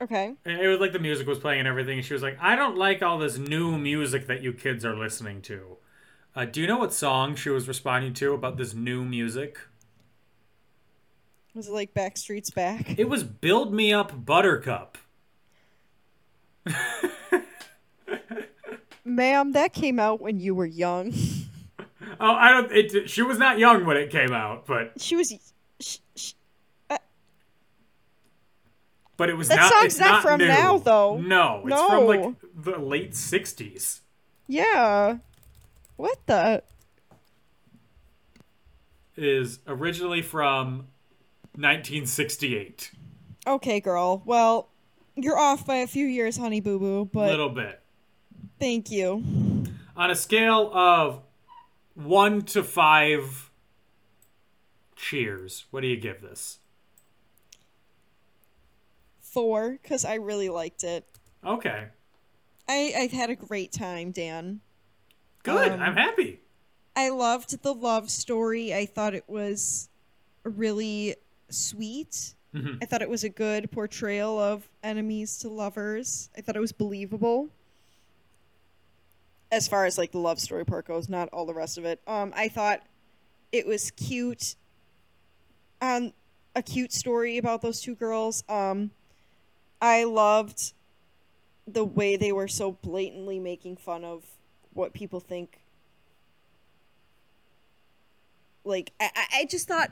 [SPEAKER 2] Okay.
[SPEAKER 1] And It was like the music was playing and everything, and she was like, "I don't like all this new music that you kids are listening to." Uh, do you know what song she was responding to about this new music?
[SPEAKER 2] Was it like Backstreet's Back?
[SPEAKER 1] It was "Build Me Up, Buttercup."
[SPEAKER 2] Ma'am, that came out when you were young.
[SPEAKER 1] Oh, I don't. It, she was not young when it came out, but
[SPEAKER 2] She was. Sh- sh-
[SPEAKER 1] but it was
[SPEAKER 2] That
[SPEAKER 1] not.
[SPEAKER 2] song's
[SPEAKER 1] it's
[SPEAKER 2] not from
[SPEAKER 1] new.
[SPEAKER 2] now, though.
[SPEAKER 1] No, it's
[SPEAKER 2] No.
[SPEAKER 1] from like the late '60s.
[SPEAKER 2] yeah. What the?
[SPEAKER 1] Is originally from 1968.
[SPEAKER 2] Okay, girl. Well, you're off by a few years, honey boo boo, but
[SPEAKER 1] little bit.
[SPEAKER 2] thank you.
[SPEAKER 1] on a scale of one to five cheers what do you give this
[SPEAKER 2] Four, because I really liked it.
[SPEAKER 1] okay
[SPEAKER 2] I, I had a great time, Dan.
[SPEAKER 1] good
[SPEAKER 2] Um,
[SPEAKER 1] i'm happy
[SPEAKER 2] I loved the love story. I thought it was really sweet. I thought it was a good portrayal of enemies to lovers. I thought it was believable. As far as like the love story part goes, not all the rest of it. Um I thought it was cute. Um a cute story about those two girls. Um I loved the way they were so blatantly making fun of what people think like I, I- I just thought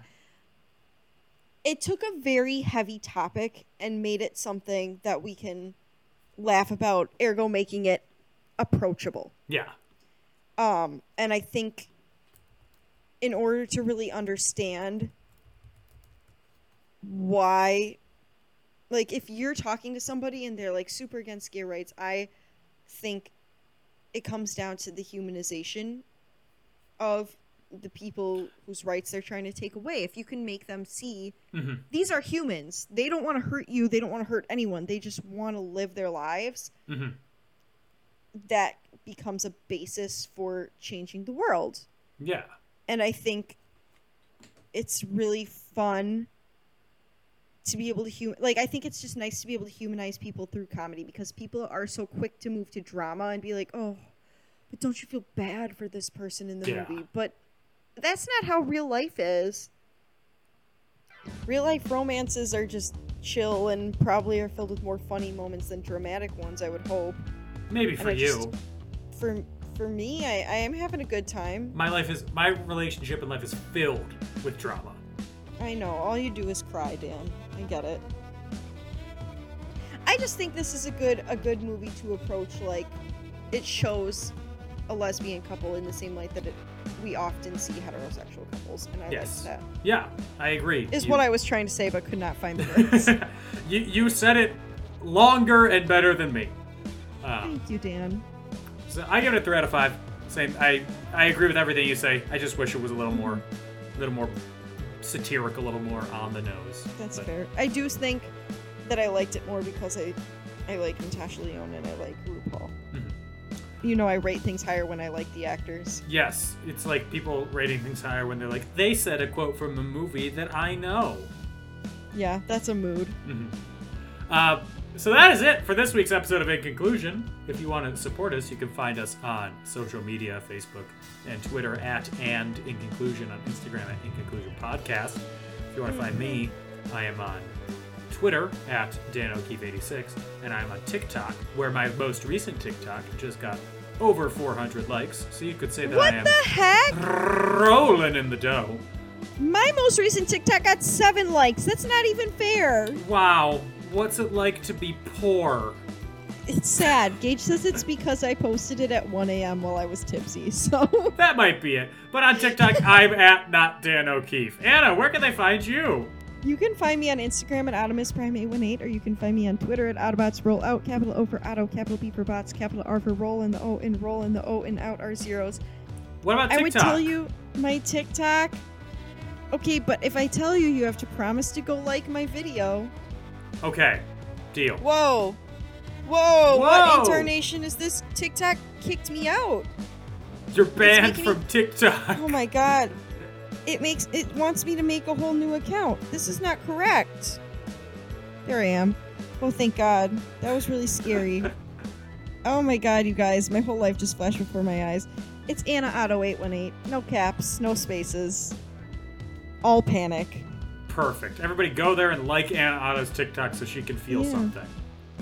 [SPEAKER 2] it took a very heavy topic and made it something that we can laugh about ergo making it approachable
[SPEAKER 1] yeah
[SPEAKER 2] um and i think in order to really understand why like if you're talking to somebody and they're like super against gay rights i think it comes down to the humanization of the people whose rights they're trying to take away if you can make them see these are humans they don't want to hurt you they don't want to hurt anyone they just want to live their lives that becomes a basis for changing the world.
[SPEAKER 1] yeah
[SPEAKER 2] And I think it's really fun to be able to human like I think it's just nice to be able to humanize people through comedy because people are so quick to move to drama and be like, "Oh, but don't you feel bad for this person in the
[SPEAKER 1] Yeah.
[SPEAKER 2] movie?" But that's not how real life is. Real life romances are just chill and probably are filled with more funny moments than dramatic ones, I would hope
[SPEAKER 1] maybe for
[SPEAKER 2] I
[SPEAKER 1] you
[SPEAKER 2] just- for for me, I, I am having a good time.
[SPEAKER 1] my life is my relationship and life is filled with drama
[SPEAKER 2] I know all you do is cry, Dan. I get it. I just think this is a good a good movie to approach. Like, it shows a lesbian couple in the same light that it, we often see heterosexual couples, and I
[SPEAKER 1] yes
[SPEAKER 2] like that.
[SPEAKER 1] yeah i agree
[SPEAKER 2] Is
[SPEAKER 1] You-
[SPEAKER 2] what I was trying to say, but could not find the words.
[SPEAKER 1] you, you said it longer and better than me
[SPEAKER 2] Thank you, Dan.
[SPEAKER 1] so i give it a three out of five same i i agree with everything you say i just wish it was a little more a little more satiric a little more on the nose
[SPEAKER 2] That's
[SPEAKER 1] But-
[SPEAKER 2] fair. I do think that I liked it more because I, I like Natasha Leone and I like RuPaul.
[SPEAKER 1] Mm-hmm.
[SPEAKER 2] You know, I rate things higher when I like the actors.
[SPEAKER 1] Yes, it's like people rating things higher when they're like, they said a quote from a movie that I know.
[SPEAKER 2] Yeah, that's a mood.
[SPEAKER 1] Uh, so that is it for this week's episode of In Conclusion. If you want to support us, you can find us on social media Facebook and Twitter at and In Conclusion, on Instagram at In Conclusion Podcast. If you want to find me, I am on Twitter at Dan O'Keefe86, and I'm on TikTok, where my most recent TikTok just got over 400 likes. So you could say that I
[SPEAKER 2] What
[SPEAKER 1] am
[SPEAKER 2] the heck?
[SPEAKER 1] rolling in the dough.
[SPEAKER 2] My most recent TikTok got seven likes. That's not even fair.
[SPEAKER 1] Wow. What's it like to be poor?
[SPEAKER 2] It's sad. Gage says it's because I posted it at 1 a.m. while I was tipsy. So
[SPEAKER 1] That might be it. But on TikTok, I'm at not Dan O'Keefe. Anna, where can they find you?
[SPEAKER 2] you can find me on Instagram at AutomusPrime818, or you can find me on Twitter at Autobots Roll Out, capital O for Auto, capital B for Bots, capital R for Roll, and the O in Roll, and the O in Out are zeros.
[SPEAKER 1] What about TikTok?
[SPEAKER 2] I would tell you my TikTok. Okay, but if I tell you, you have to promise to go like my video.
[SPEAKER 1] Okay, deal.
[SPEAKER 2] Whoa. Whoa, what
[SPEAKER 1] Whoa.
[SPEAKER 2] incarnation is this? TikTok kicked me out.
[SPEAKER 1] You're banned
[SPEAKER 2] making me-
[SPEAKER 1] from TikTok.
[SPEAKER 2] Oh my god. It makes it wants me to make a whole new account. This is not correct. There I am. Oh thank god. That was really scary. oh my god, you guys, my whole life just flashed before my eyes. It's Anna Otto 818. No caps, no spaces. All panic.
[SPEAKER 1] Perfect. Everybody go there and like Anna Otto's TikTok so she can feel
[SPEAKER 2] Yeah.
[SPEAKER 1] something.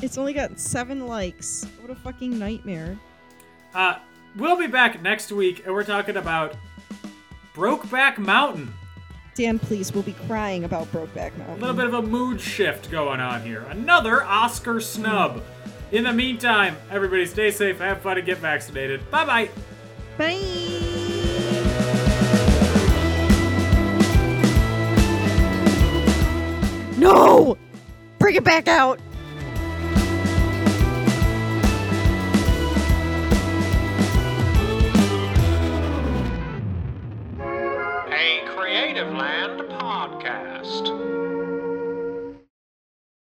[SPEAKER 2] It's only got 7 likes. What a fucking nightmare.
[SPEAKER 1] Uh, we'll be back next week and we're talking about Brokeback Mountain.
[SPEAKER 2] Dan, please, we'll be crying about Brokeback Mountain.
[SPEAKER 1] A little bit of a mood shift going on here. Another Oscar snub. In the meantime, everybody stay safe, have fun, and get vaccinated. Bye bye.
[SPEAKER 2] Bye.
[SPEAKER 4] No! Bring it back out!
[SPEAKER 5] a Creative Land podcast.